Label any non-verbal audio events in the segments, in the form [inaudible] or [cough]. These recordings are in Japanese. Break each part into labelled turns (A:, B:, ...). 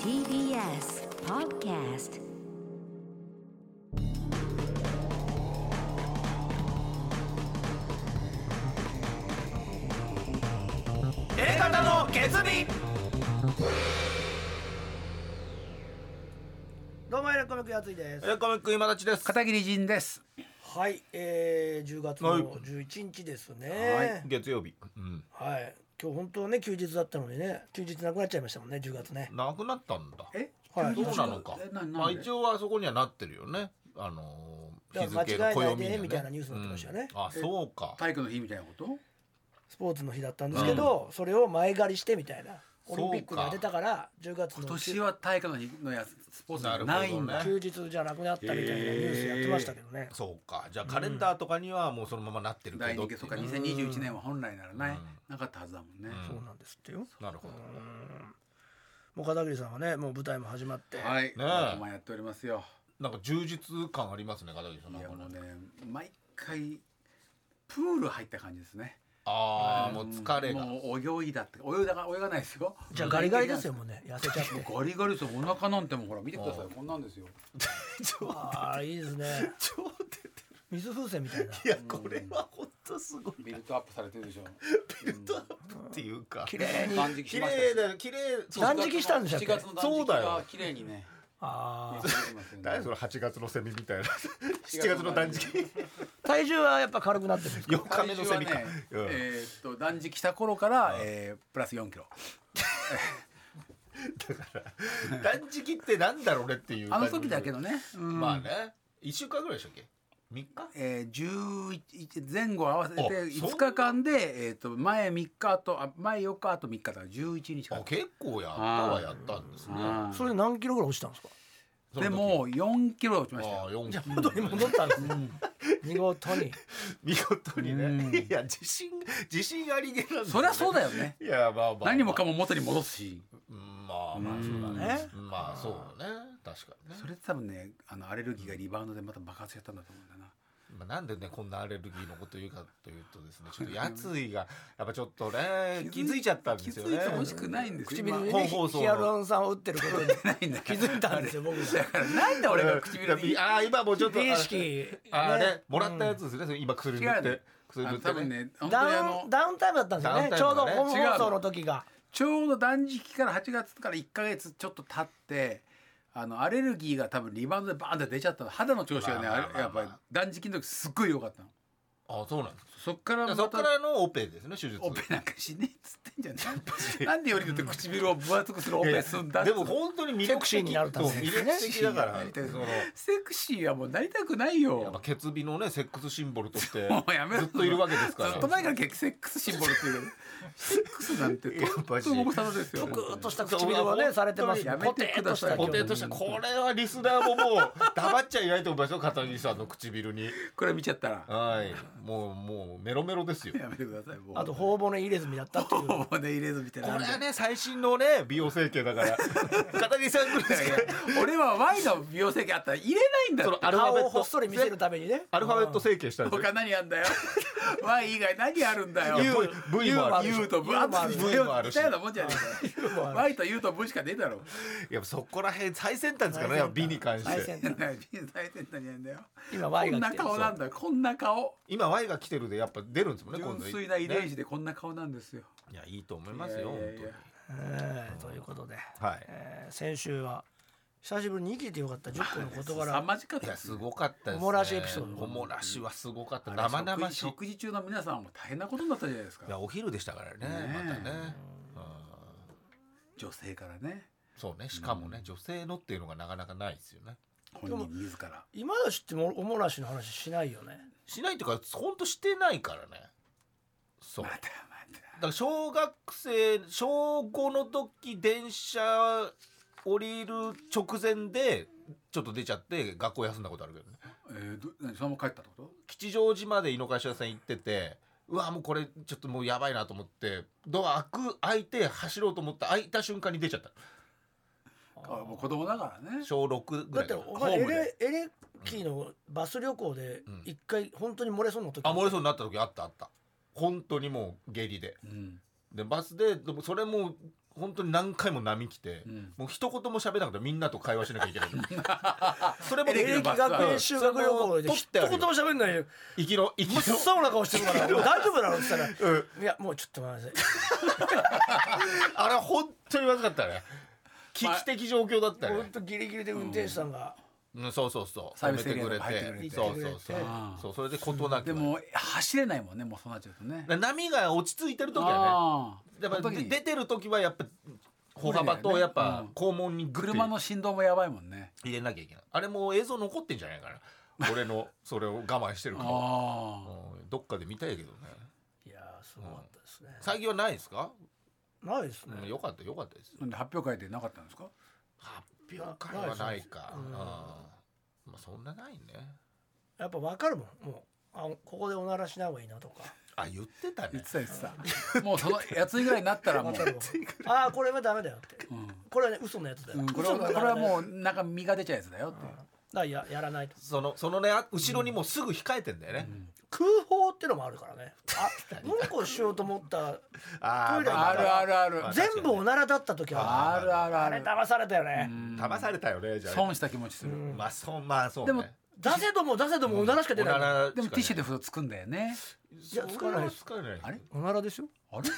A: TBS Podcast
B: 方の決意
C: どうもエレコミックやついです。
B: コミック今立ちです
D: 片桐仁です。
C: はい、えー、10月
B: はい
C: の11日です
B: はい
C: ね。
B: 月曜日、うん、
C: はい、今日本当はね休日だったのにね、休日なくなっちゃいましたもんね、10月ね。
B: なくなったんだ
D: え、
C: はい。
B: どう
C: だ
B: なのか
D: えななんで
B: まあ一応はそこにはなってるよねあのー
C: か
B: 日
C: ら
B: 付が
C: 間違えな
B: 暦
C: いで
B: には
C: ね
B: ね
C: みたいなニュースになってましたよね。
B: うんあそうか
D: 体育の日みたいなこと。
C: スポーツの日だったんですけど、それを前借りしてみたいな。オリンピックに当てたから10月
D: 今
C: の
D: 年は体育の日のやつ、スポーツ
B: なる
D: が
B: ほどね
D: ないんだ。
C: 休日じゃなくなったみたいなニュースやってましたけどね。
B: そうかじゃあカレンダーとかにはもうそのままなってるけ
D: 第
B: どっ
D: 二
B: て
D: 期
B: いう
D: とか2021年は本来ならない、なかったはずだもんね。
C: そうなんですってよ。
B: なるほど
C: もう片桐さんはね、もう舞台も始まって。
D: は
B: え
D: い、まあまあやっておりますよ。
B: なんか充実感ありますね片桐さん
D: い
B: なん
D: や
B: かね
D: もうね、毎回プール入った感じですね。
B: ああもう疲れが
D: もう泳いだって、泳いだが泳がないですよ。
C: じゃあガリガリですよもうね、痩せちゃって。 [laughs]
D: もうガリガリですよ。お腹なんてもうほら見てください。こんなんですよ。
C: ああいいですね。水風船みたいな。
B: [laughs] いやこれは本当すごい
D: ビルトアップされてるでしょ。
B: ビルドアップっていうか
C: 綺麗に。
D: 断食
B: 綺
D: しましたし
B: 麗。だよ綺麗そう
C: 断食したんでしたっけ
D: 7月の断
B: そう
D: 食
B: だ
D: が
B: よ
D: 綺麗にね。
C: ああ。
B: 何それ8月のセミみたいな7月の断食
C: 体重はやっぱ軽くなってるんですか。
B: 4日目のセミか、
D: 体重は
B: うん
D: ねえーっと断食した頃から、えープラス4キロ
B: 断食ってなんだろうねっていう
D: あの時だけどね、うん
B: まあね1週間ぐらいでしたっけ3日
D: えー、11前後合わせて
B: あそう
D: 5日間で、えーっと前3日とあ前4日あと3日だから11日
B: あ
D: か
B: 結構やったはやったんですね
D: あ
C: それで何キロぐらい落ちたんですか。
B: その時
D: でも4キロ落ちました
B: あ
D: よ
B: 4キ
C: 元に戻ったんですね。見事に。
B: 見事に
D: うん
B: ねいや自信自信ありげなんだよね
D: そりゃそうだよね
B: [laughs] いやまあまあまあ
D: 何もかも元に戻すし
B: うんまあまあそうだねまあそうね確かにね
D: それって多分ねあのアレルギーがリバウンドでまた爆発しちゃったんだと思うんだな
B: まあ、なんでねこんなアレルギーのこと言うかというとですねちょっとやついがやっぱちょっとね気づいちゃったんですよね
D: 気づいてほしくないんですよ
C: 唇に
B: 本
C: ね
B: 放送の
C: ヒアルロン酸を打ってることに
D: ないんだ
C: 気づいたんですよ僕。
D: だからなんで俺が唇に
B: ああ今もうちょっとあ
C: 美意識。
B: あれ
C: ね
B: もらったやつですね、それ今薬塗
D: 違
B: っ
D: うね
B: て薬塗
D: あ
B: っ
D: の
B: て
D: 多分ね本当に
C: ダ
D: あ
C: ウ
D: の
C: ンダウンタイムだったんですよね。
B: ダウン
C: ち
B: タ
C: ょ
B: イ
C: う
B: ムだ
C: ど
B: ね
C: 本放送の時が。
D: ちょうど断食から8月から1か月ちょっと経ってあのアレルギーが多分リバウンドでバーンって出ちゃったの肌の調子がね、
B: まあまあ
D: あ
B: まあまあ
D: れやっぱり断食の時すっごい良かったの
B: あそうなんです
D: そっか
B: だ
D: ら
B: から
D: ま
B: そったからのオペですね手術
D: オペなんかしねえっつってんじゃないなんでよりによって唇を分厚くする
B: い
D: オ
B: やい
D: ペ
B: や
D: すんだっつ
B: [laughs] で
D: うの
B: も本当に魅
C: セ
B: 力
C: ク
B: 的
C: シーになるため
B: そう
C: にね
B: 魅力的だから
D: セクシーになりたい
B: その
D: [laughs] セクシーはもうなりたくない
B: やっぱ
D: よ
B: ケツビのねセックスシンボルと
D: [laughs]
B: して
D: もうやめろ
B: ずっといるわけですから
D: ずっと前から結セックスシンボルっていうけどセックスなんてとんとご無沙汰ですよ
C: ぷくーっとした
B: そう
C: 唇をねされてますよ。
D: 本
C: ポ
D: 当に
C: テ
D: や
C: ー
D: めてく
C: っと
D: だ
C: し
D: さ
C: た
D: い
B: ポテトしたこれはリスナーももう黙っちゃいないと思いますよ片桐さんの唇に
D: これ見ちゃったら
B: はいもうもうメロメロですよ
D: やめてくださいもう
C: あと頬骨入れ墨だったって
D: [laughs]
C: いう。
D: もうね入れずみたい [laughs] な
B: これはね最新のね美容整形だ
D: [laughs]
B: から片桐さんぐらいしか
D: 俺は Y の美容整形あったら入れないんだ
B: そ
D: って
B: のアルファ
C: 顔
B: ベ
C: を
B: ッ
C: ほ
B: ト
C: っそり見せるためにね。
B: アルファベット整形したんですよ
D: 他何あ
B: [laughs]
D: んだよ Y 以外何あるんだよ
B: U V もある
D: U と V あ
C: U もあるし
D: V もあるし
B: V もあるし
D: 似たようなもんじゃねえか
C: もあ
D: よ Y と U と V しかねえだろ
B: やっぱそこら辺最先端ですからねやっぱ美に関し
C: 最
B: て
C: 先
D: 最
C: 端
D: 先端にあんだよ
C: 今
D: こ
C: Y
D: ん
C: が
D: な
C: 来てる。
D: 顔なんだよこんな顔
B: 今 Y が来てるでやっぱ出るんですもんね
D: 純
B: 度
D: 粋な遺伝
B: ね
D: 子でこんな顔なんですよ
B: いやいいと思いますよ
D: い
B: 本
D: やいやいや
C: えーということで。
B: 当にはい
C: えー先週は久しぶりに聞いてよかった10個の事
D: さ
C: 柄
D: まじかっ
B: い
D: た
B: や
D: です
B: すごかったですね
C: おもらしエピソード
B: おもらしはすごかった
D: あれ
B: 生々しい
D: 食事食事中の皆さんはもう大変なことになったじゃないですか
B: いやお昼でしたからね
D: ねえ
B: またねうん
D: 女性からね
B: そうねしかもね女性のっていうのがなかなかないですよね
D: 本人自ら
C: 今だしってもおもらしの話しないよね
B: しないっていうかほんとしてないからねそう
D: またま
B: だ
D: た
B: から小学生小5の時電車降りる直前でちょっと出ちゃって学校休んだことあるけどね
D: えー、ど何そのまま帰ったってこと
B: 吉祥寺まで井の頭線行っててうわもうこれちょっともうやばいなと思ってドア開く開いて走ろうと思って開いた瞬間に出ちゃった
D: あもう子供だからね
B: 小6ぐら
C: だっ
B: い
C: て
B: な
C: お前エ
B: ホームで
C: レエレキーのバス旅行で
B: うん
C: 一回本当に漏れそうな時
B: あ漏れそうになった時あったあった本当にもう下痢で
D: うん
B: でバスででもそれも本当に何回も波来て、
D: うん
B: もう一言も喋らなくてみんなと会話しなきゃい
C: [laughs]
B: けないそれも
D: エレキ
C: 英
D: の
C: 気
D: バス
C: 学
D: は
C: 園修学旅行で
B: その
C: 一言も喋んないよ
B: 生きろ生
C: 真
B: きろ
C: っ青な顔して
B: [laughs]
C: るからもう大丈夫なのって言ったら「いやもうちょっとごめんなさい」
B: あれ本当にまずかったね危機的状況だった
C: 本
B: ね、
C: 当ギリギリで運転手さんが
B: うん、そうそうそう
D: サ
B: 褒
D: ービ
B: め
D: ス
B: て
D: エリア
B: く
D: に
B: れて
D: 入ってくれて
B: そうそうそう
D: うん
B: そうそれで事なき
D: でも走れないもんねもうそうなっちゃうとね
B: 波が落ち着いてる時は
D: あ
B: ね
D: ー
B: やっ
D: そ
B: ぱ
D: の
B: で
D: 時に
B: 出てる時はやっぱ歩幅とやっ
D: う
B: ぱ
D: ん
B: 肛門にグッて
D: 車の振動もやばいもんね
B: 入れなきゃいけないあれもう映像残ってんじゃないかな俺のそれを我慢してる顔
D: あ
B: うんどっかで見たいけどね
C: いやーすごかったですね、
B: 最近はないですか、
C: ないですね、
B: うん、よかったよかったです
D: あなんで発表会でなかったんですか
B: 発表会はないか
C: うん
B: うんまあそんなないね
C: やっぱ分かるもんもうあここでおならしない方がいいなとか
B: あ言ってた
D: 言
B: ね
D: ってた言ってたもうそのやついぐらいになったらも
C: 分 [laughs]
D: う
C: かるもんああこれはダメだよって
D: うん
C: これはね嘘のやつだよ、
D: うんこれ
C: 嘘
D: は
C: のやつ
D: こ
C: だ
D: れ
C: よ
D: はもうなんか身が出ちゃうやつだよって
C: だからややらないと
B: そのそのねあ後ろにもうすぐ控えてんだよね、
C: 空砲ってのもあるからねあうんこしようと思った
B: あ
C: トイ
B: ー
C: レに
B: ま
D: あ
B: あ
D: る
B: まあ
D: あるある
B: まあ
C: 全部おならだった時はあ
D: あるある
C: る
D: あ
C: あれ
D: る
C: 騙されたよね、
B: 騙されたよねじゃあ
D: 損した気持ちする
C: うん
B: まあそうまあそうね
D: でも
C: 出せども出せどもおならしか出ない、
B: ら
D: でもティッシュでふとつくんだよね
B: いや
C: いや
B: つ
C: つ
B: か
C: か
B: な
C: ないい
B: つかない
D: あれ
C: おならでしょ
D: あれ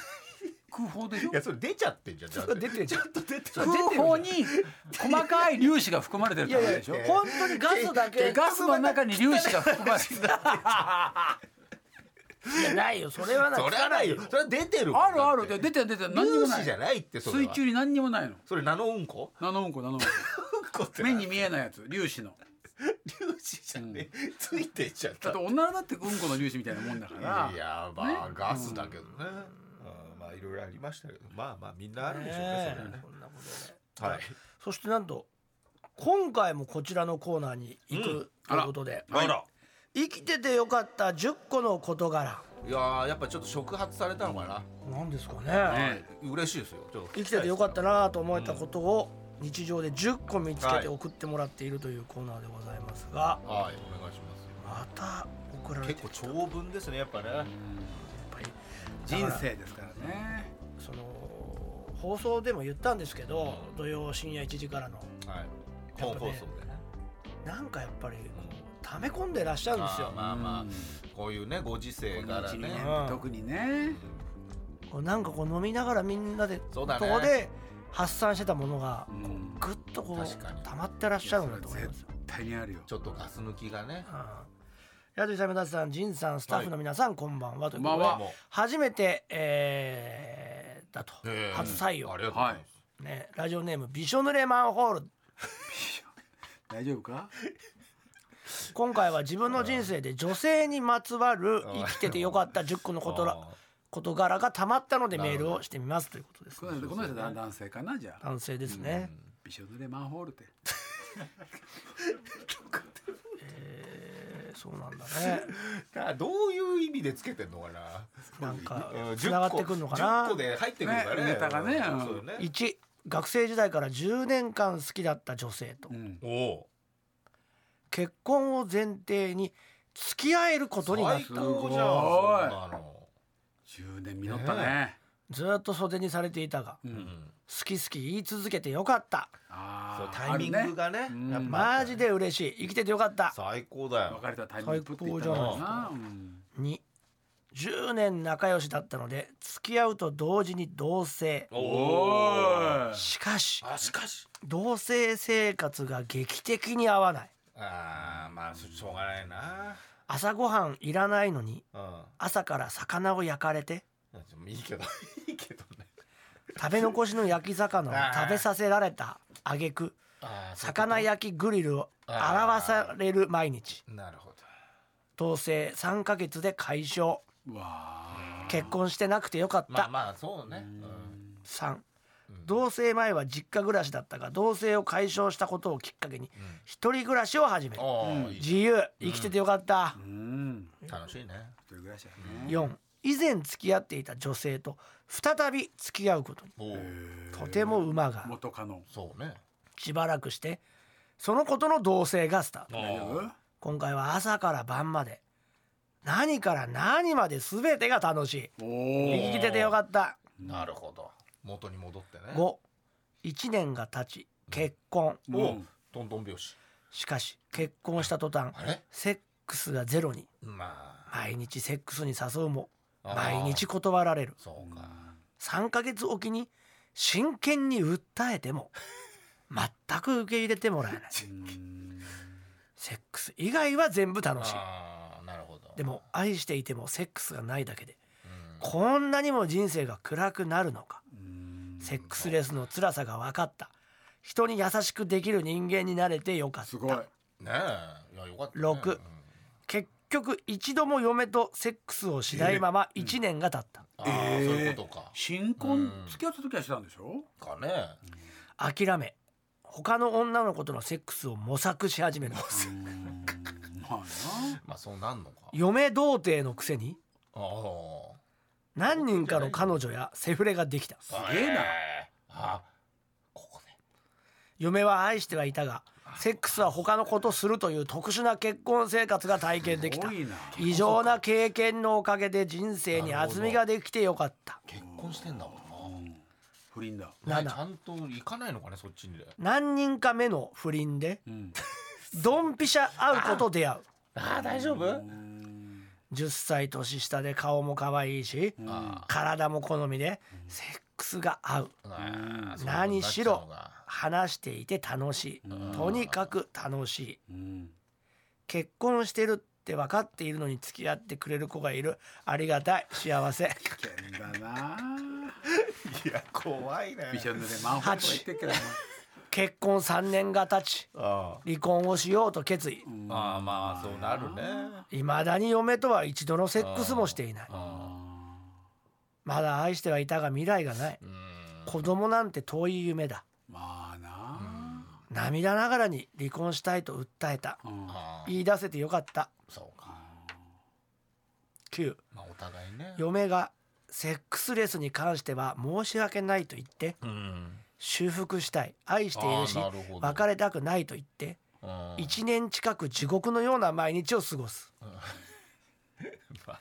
D: 空砲でしょ
B: いやそれ出ちゃってんじゃんだって
C: 出てる
B: ちょっと出てる
D: 空砲に細かい粒子が含まれてる
C: い
D: か
C: や
D: らで
C: い
D: しょ
C: や本当にガスだけ
D: ガスの中に粒子が含まれて [laughs] る
C: いやないよそれはない
B: それはないよそれは出てる
D: あるある
B: だ
D: で
B: って
D: 出てる出てる何に
B: 粒
D: もな
B: 子
D: い
B: じゃないってそれ
D: 水
B: は
D: 中に何にもないの
B: それナノうんこ
D: ナノウンコナノウ [laughs] ンコ
B: うんこって
D: 目に見えないやつ粒 [laughs] 子の
B: [laughs] 粒子じゃねえついてっちゃっ
D: だ
B: た
D: っておならだってうんこの粒子みたいなもんだから
B: いやまあガスだけどねうんまあいろいろありましたけどまあまあみんなあるんでしょうねそれはね
C: こんなことで
B: はい
C: そしてなんと今回もこちらのコーナーに行く、
B: うん
C: ということで
B: あら
C: 生きててよかった10個の事柄
B: いやーやっぱちょっと触発されたのかな
C: なんですかね
D: ね
B: 嬉しいですよちょっと
C: 生きててよかったなと思えたことを日常で10個見つけて送ってもらっているというコーナーでございますが
B: はいお願いします
C: また送られて
B: 結構長文ですねやっぱね
C: やっぱり
D: 人生ですからね
C: その放送でも言ったんですけど土曜深夜1時からの
B: はい
C: やっ
B: 本
C: ぱね
B: 放送で
C: なんかやっぱりこう溜め込んでらっしゃるんですよ
B: あーまあまあこういうねご時世から
D: この
B: ね
D: 1 2
C: う
D: 年
C: ん
D: 特にね
C: こうなんかこう飲みながらみんなで
B: そう
C: こ
B: だね
C: こで発散してたものが
D: うん
C: ぐっとこ
B: 確かに
C: う溜まってらっしゃるんだと思い
D: 絶
C: ますよ。
D: 対にあるよ
B: ちょっとガス抜きがね
C: うん矢吹さん、目立さん、仁さん、スタッフの皆さん、こんばんはということ
D: こんば
C: で
D: んは
B: も
C: 初めて、えーだと、
B: えー
C: 初採用
B: あ、りがとうございます
C: ね、ラジオネームびしょ濡れマンホール
D: 大丈夫か
C: 今回は自分の人生で女性にまつわる
B: うん
C: 生きててよかった10個のことら
B: あ
C: 事柄がたまったのでメールをしてみますということです
D: この人この人だ男性かなじゃあ
C: 男性ですね、
D: びしょ濡れマンホールって
C: えーそうなんだね
B: ーあどういう意味でつけてんのかな
C: なんか
B: うん
C: つながってくるのかな
B: 10個で入ってくるからね
D: ねネタがね
B: う
D: うんん
B: そうよね
C: 1学生時代から10年間好きだった女性と
D: うん
B: おお
C: 結婚を前提に付き合えることになっ
B: 最
C: た
B: 高じゃん
D: おい
B: そんなの
D: 10年実ったね
C: ずーっと袖にされていたが
D: う
B: うんん
C: 好き好き言い続けてよかった
B: そ
D: あ
B: う
D: ー
B: タイミングがね
D: あるね
B: やっぱ
C: マジで嬉しい生きててよかった
B: 最高だ
D: あるね
B: よ
D: 別れたタイミングプッて言ったのかなうん
C: 2 10年仲良しだったので付き合うと同時に同棲
B: お
D: お
B: ー
D: い
C: しかし
B: あしかし
C: 同棲生活が劇的に合わない
B: あーまあそしょうがないな
C: 朝ごはんいらないのに
B: うん
C: 朝から魚を焼かれて
B: いいけど [laughs] いいけどね
C: 食べ残しの焼き魚を食べさせられた挙句
B: あーそういうこと
C: 魚焼きグリルを表される毎日
B: なるほど
C: 同棲3ヶ月で解消
D: うわー
C: 結婚してなくてよかった、
B: まあまあそうねうん
C: 3同棲前は実家暮らしだったが同棲を解消したことをきっかけに一人暮らしを始める
B: おーいい
C: 自由生きててよかった
D: う、ん
B: 楽しいね
D: 一人暮らしだね
C: 4以前付き合っていた女性と再び付き合うことに
B: おー
C: とても馬が
D: 元カノ
B: そうね
C: しばらくしてそのことの同棲がスタート
B: お
D: 大丈夫
B: ー
C: 今回は朝から晩まで何から何まで全てが楽しい
D: おお
C: 生きててよかった
B: なるほど元に戻ってね
C: 五、一年が経ち結婚。
D: うん
B: おトントン拍子
C: しかし結婚した途端
B: あれ
C: セックスがゼロに。
B: まあ
C: 毎日セックスに誘うも
B: あー
C: 毎日断られる。
B: そうか
C: 3ヶ月おきに真剣に訴え
B: [laughs]
C: ても全く受け入れてもらえない
D: うん
C: セックス以外は全部楽しい
B: ああなるほど
C: でも愛していてもセックスがないだけで
B: うん
C: こんなにも人生が暗くなるのか
D: うん
C: セックスレスの辛さが分かった人に優しくできる人間になれてよかっ
D: すごい
C: た
B: ねえいやよかったね
C: 六
B: うん
C: 結局一度も嫁とセックスをしないまま1年が経った
B: ああ
D: えー
B: そういうことか
D: 新
B: うん
D: 婚付き合った時はしてたんでしょ
B: かね
C: 諦め他の女の子とのセックスを模索し始める
D: うんまあな
B: まあそうなんのか
C: 嫁童貞のくせに
B: ああ
C: 何人かの彼女やセフレができた
D: すげえな
B: えーあここね
C: 嫁は愛してはいたがセックスは他の子とするという特殊な結婚生活が体験できた
D: すごいな
C: 異常な経験のおかげで人生に厚みができてよかった
B: 結婚してんだもん
D: 不倫だ
B: な、
C: な
B: ね、
C: な
B: ちゃんと行かないのかねそっちに
C: 何人か目の不倫で
D: うん
C: ドンピシャ会う子と出会う
B: ああ大丈夫
D: うん
C: 10歳年下で顔も可愛いし
B: あ
C: 体も好みでセックスが合う
B: あああそういうことになっちゃうのが
C: 何しろ話していて楽しいとにかく楽しい
D: うん
C: 結婚してるって分かっているのに付き合ってくれる子がいるありがたい幸せ
D: 危険だない
B: や怖いね
D: ビションヌでマンホールとか言ってっけどな
C: 結婚3年が経ち
B: あ
C: 離婚をしようと決意
B: あああまあそうなるね
C: いまだに嫁とは一度のセックスもしていない
B: あ
C: まだ愛してはいたが未来がない
B: あうん
C: 子供なんて遠い夢だ
D: まあな
C: 涙ながらに離婚したいと訴えた
D: うん
B: ああ
C: 言い出せてよかった
B: そうか
C: 9
B: まあお互いね
C: 嫁がセックスレスに関しては申し訳ないと言って
B: うん
C: 修復したい愛しているし
B: あーなるほど
C: 別れたくないと言って
B: うん
C: 1年近く地獄のような毎日を過ごす
B: まあ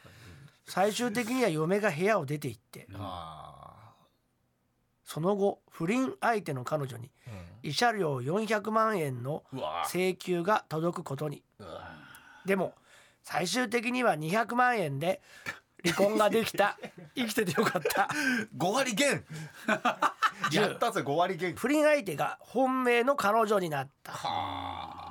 C: 最終的には嫁が部屋を出て行って
B: あ
C: その後不倫相手の彼女に
B: あ
C: 慰謝料400万円の
B: うんうわ
C: 請求が届くことに
B: うわ
C: でも最終的には200万円で離婚ができた [laughs] 生きててよかった
B: 5割減 [laughs]
C: 10
B: やったぜ5割減
C: 不倫相手が本命の彼女になった
B: はあ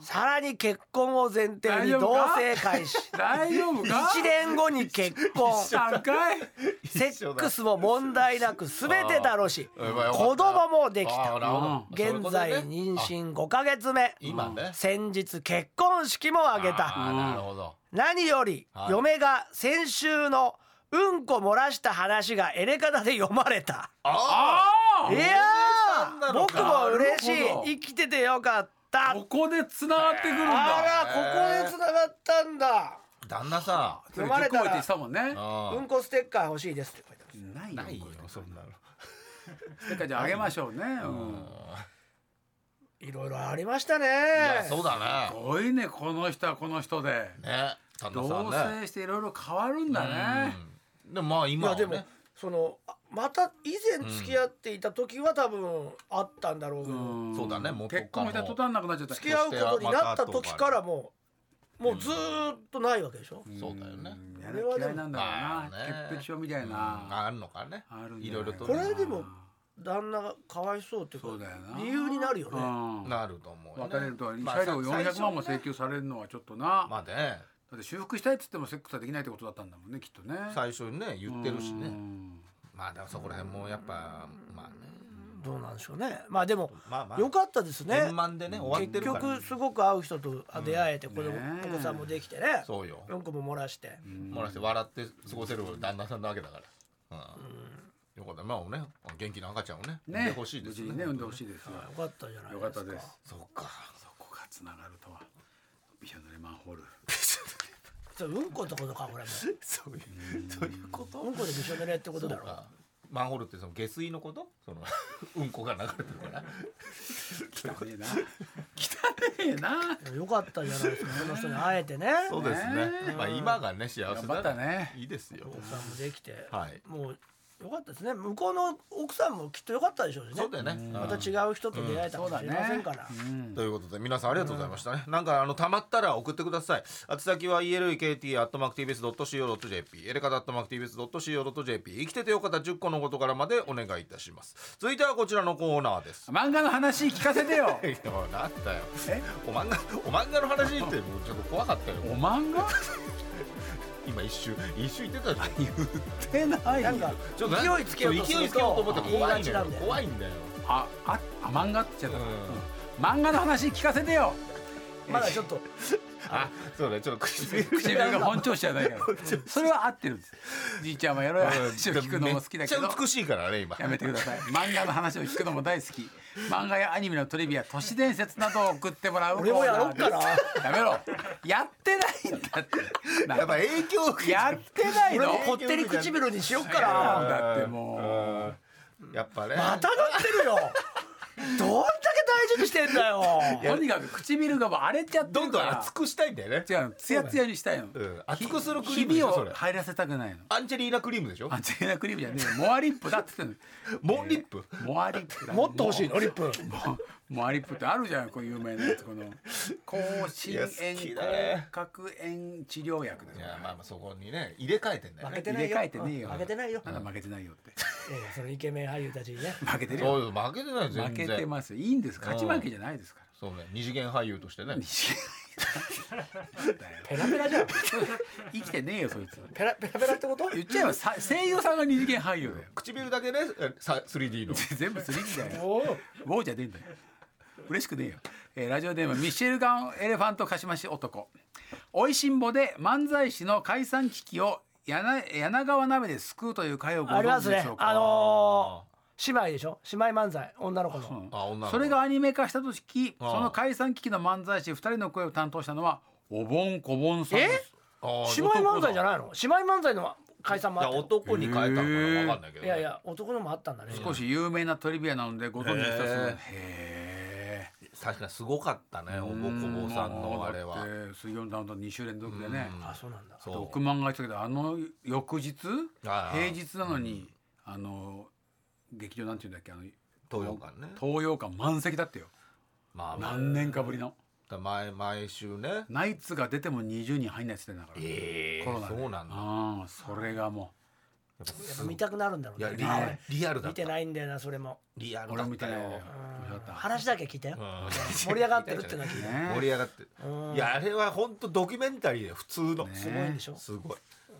C: さらに結婚を前提に同棲開 [laughs] 始
D: 大丈夫か
C: 1年後に結婚
D: 3回
C: セックスも問題なく全て楽しい
B: あーやばいよか
C: 子
B: った
C: 供もでき
B: ああ
C: た
B: なるほどそういう
C: 現
B: ことね
C: 在妊
B: あ
C: 娠5ヶ月目
B: 今ね
C: 先日結婚式も挙げた
B: あーなるほど
C: 何より
B: はい
C: 嫁が先週のうんこ漏らした話がエレカタで読まれた
B: あ
C: いやー僕も嬉しい
D: なるほど
C: 生きててよかったあ
D: ここで繋がってくるんだ
C: らここで繋がったんだ
B: あ旦那さ
D: それ
C: 読まれたら
D: 10個置いてしたもんね
B: んあ
C: うんこステッカー欲しいですって書いてある
D: ないよ
B: ないよ
D: こううの
B: そんなの
D: てかじゃああげましょうねうん
C: いろいろありましたね
B: いやそうだ
D: すごいねこの人はこの人で
B: ねね旦
D: 同
B: 那さんね
D: 棲していろいろ変わるんだね
B: うんでもまあ
C: い
B: 今
C: や
B: は
C: でも、
B: ね
C: そのあまた以前付き合っていた時は多分あったんだろうけど、
D: ん
B: そうだね元カノ
D: 結婚した途端なくなっちゃった
C: 付き合うことになった時からもうもうずーっとないわけでしょ、
B: そうだよね
D: うんやだ嫌いなんだろう
B: まあね
D: な潔癖症みたい
B: うん
D: な
B: あるのかね
D: あるんじ
B: い
D: ゃな
B: ろいろ
D: い
B: と
C: こ
B: ね
C: れでも旦那がかわいそうっていうか
D: そうだよな
C: 理由になるよね、
D: うん
B: なると思うよね
D: 別れると慰
B: まあ
D: 謝料
B: さ最初
D: 400
B: にね
D: 万も請求されるのはちょっとな
B: まあね
D: だって修復したいっつってもセックスはできないってことだったんだもんねきっとね
B: 最初にね言ってるし
D: う
B: ね
D: ん
B: まあでもそこら辺もやっぱまあね
C: どうなんでしょうねまあでも、
B: まあまあ
C: よかったですね
B: 円満でね終わって
C: 結
B: るから
C: 局すごく会う人と出会えて子供、
D: ねえ
C: お子さんもできてね
B: そうよ
C: うんこも漏らして、
B: もらして笑って過ごせる旦那さんなわけだから、うん、よかったまあね元気な赤ちゃんをね産んで
D: ね
B: ほしいです
D: 無事
B: ね
D: にね産んでほしいですよ
C: よかったじゃない
D: よ
C: ですか
D: かったです
B: そうか
D: そこがつながるとはビショ濡れマンホール
C: それうんこってことかこれも
B: そういうそういうこ
C: う
B: と
C: んこでびしょ濡れってこと
B: そ
C: だ
B: う
C: ろ
B: かマンホールってその下水のことその [laughs] うんこが流れてるから
D: 汚ねえな汚ねえな
C: よかったじゃないですか、その人に会えてね。
B: そうですねまあ今がね幸せ
D: 頑
B: だ
D: 張
B: か
D: った
B: ら
D: ね
B: いいですよ
C: お子さんもできて、
B: はい
C: もうよかったですね向こうの奥さんもきっとよかったでしょうしね
B: そうだよね、うん
C: また違う人と出会えたか
D: そ
C: も
D: うだ
C: しれませ
D: ね
C: んから、
D: うん
B: ということで皆さんありがとうございましたね、なんかあのたまったら送ってください宛先は elekt.mactvs.co.jp エレカタ .mactvs.co.jp 生きててよかった10個のことからまでお願いいたします続いてはこちらのコーナーです
D: 漫画の話聞かせて
B: [laughs]
D: よ
B: いやなんだよ
D: え
B: お漫画お漫画の話ってもうちょっと怖かったよ
D: お漫画
B: 今一周一周言ってたじゃん
D: 言ってない
C: なんか
B: ちょっとなん
C: 勢いつけようとすると
B: 勢いつけようと思って怖いんだよ
C: 言いがちなんだよね
B: 怖いんだよ
D: あああ漫画って言っちゃっ
B: うん
D: た、漫画の話聞かせてよ
C: まだちょっと
B: あそうねちょっと唇
D: 唇が本調子じゃないからそれは合ってるんですじいちゃんはやろうや話を聞くのも好きだけど
B: めっちゃ美しいからね今
D: やめてください漫画の話を聞くのも大好き漫画やアニメのトリビア都市伝説などを送ってもらうコ
C: 俺
D: ー
C: もやろ
D: ナ
C: う
D: ーで
C: かな
D: すやめろやってないんだってな
B: やっぱ影響を受けちゃ
D: や
B: う
D: ってない
C: 俺
D: の
C: もこってり唇にしよっか
D: な
C: なん
D: だってもう
B: うんやっぱね
C: またなってるよどんだけ大事にしてんだよ
D: とにかく唇がもう荒れちゃって
B: ど
D: る
B: んど
D: か
B: ん
D: ら
B: 厚くしたいんだよね
D: 違うのツヤツヤにしたいの、
B: うん厚くするクリ
D: ひ
B: ームで
D: び
B: しょそ
D: を
B: れ
D: 入らせたくないの
B: アンジェリーナクリームでしょ
D: あ違うなクリームじゃねえよモアリップだって言って
B: モンリップ
D: んのモアリップだ
C: もっと欲し
D: [laughs]
C: いのリップ
D: もうもうアリップってあるじゃんこう有名なやつこの口
B: い
D: 唇
B: や
D: 炎
B: 好きだね
D: 口角炎治療薬です
B: い
D: よ
B: やまあまあそこにね入れ替えてんだよ
C: [laughs] 負け
B: ね
C: てないよ
D: 入れ替えてねえよ
C: 負けてないよ、
D: まだ負けてないよって
C: いやいやそのイケメン俳優たちにね
D: 負けてる
B: そ
D: よ
B: うよ負けてないよ
D: 負
B: 全
D: けて
B: 然
D: ますよいいんです勝ち負けじゃないですか
B: そうね二次元俳優としてね
D: ら西
C: ペラペラじゃん
D: 生きてねえよそいつ
C: ペラペラペラってこと
D: 言っちゃえばさ声優さんが二次元俳優だよ
B: 唇だけねえさ 3D
D: [laughs]
B: の
D: 全部 3D だよ
C: おう
D: もうじゃねえんだよ嬉しくねえよ、えーラジオネームミシェルガンエレファントかしまし男おいしんぼで漫才師の解散危機を柳柳川鍋ですくうという会をご
C: ありま
D: 存
C: す
D: 知で
C: ね
D: しょうか
C: あのー、姉妹でしょ姉妹漫才女の子の、
D: うん
B: あ女の子
D: それがアニメ化したとき
B: ああ
D: その解散危機の漫才師2人の声を担当したのはおぼんこぼんさんです
B: 姉
C: 姉妹漫才じゃないの姉妹漫才の解散も
B: いや
C: あった
B: 男に変えたのかな
D: へ
B: 分
D: ー
B: かんないけどね
C: いやいや男のもあったんだね
D: 少し有名なトリビアなのでご存知の人はすごい
B: へえ
D: へえ
B: 確かにすごかったねおぼこぼさんのあれは
D: 水曜のダウンタウン2週連続でね
B: うん
C: あそうなんだ
B: そう
D: 億万が言ってたけどあの翌日
B: ああ
D: 平日なのにあの劇場なんていうんだっけあの
B: 東洋館ね
D: 東洋館満席だってよ
B: まあまあ
D: 何年かぶりの
B: だ毎毎週ね
D: ナイツが出ても20人入んないっつってんだから
B: ええ
D: コロナで
B: そうなんだ
D: ああそれがも
C: やっぱ見たくなるんだろう
B: いや
C: ね
B: リアルリアルだ
C: 見
B: ってた
C: ないんだよなそれも
B: リア
D: う
B: ル
D: 俺
B: だっ
D: も見て
B: た
D: ないよ
B: よ
C: うん
D: 面白かった
C: 話だけ聞いたよ
B: うん
C: 盛り上がってるっての
B: [laughs]
C: は聞いた
D: ね
B: 盛り上がってる
C: うん
B: いやあれは本当ドキュメンタリーで普通の
D: ね
C: すごいんでしょ
B: すごい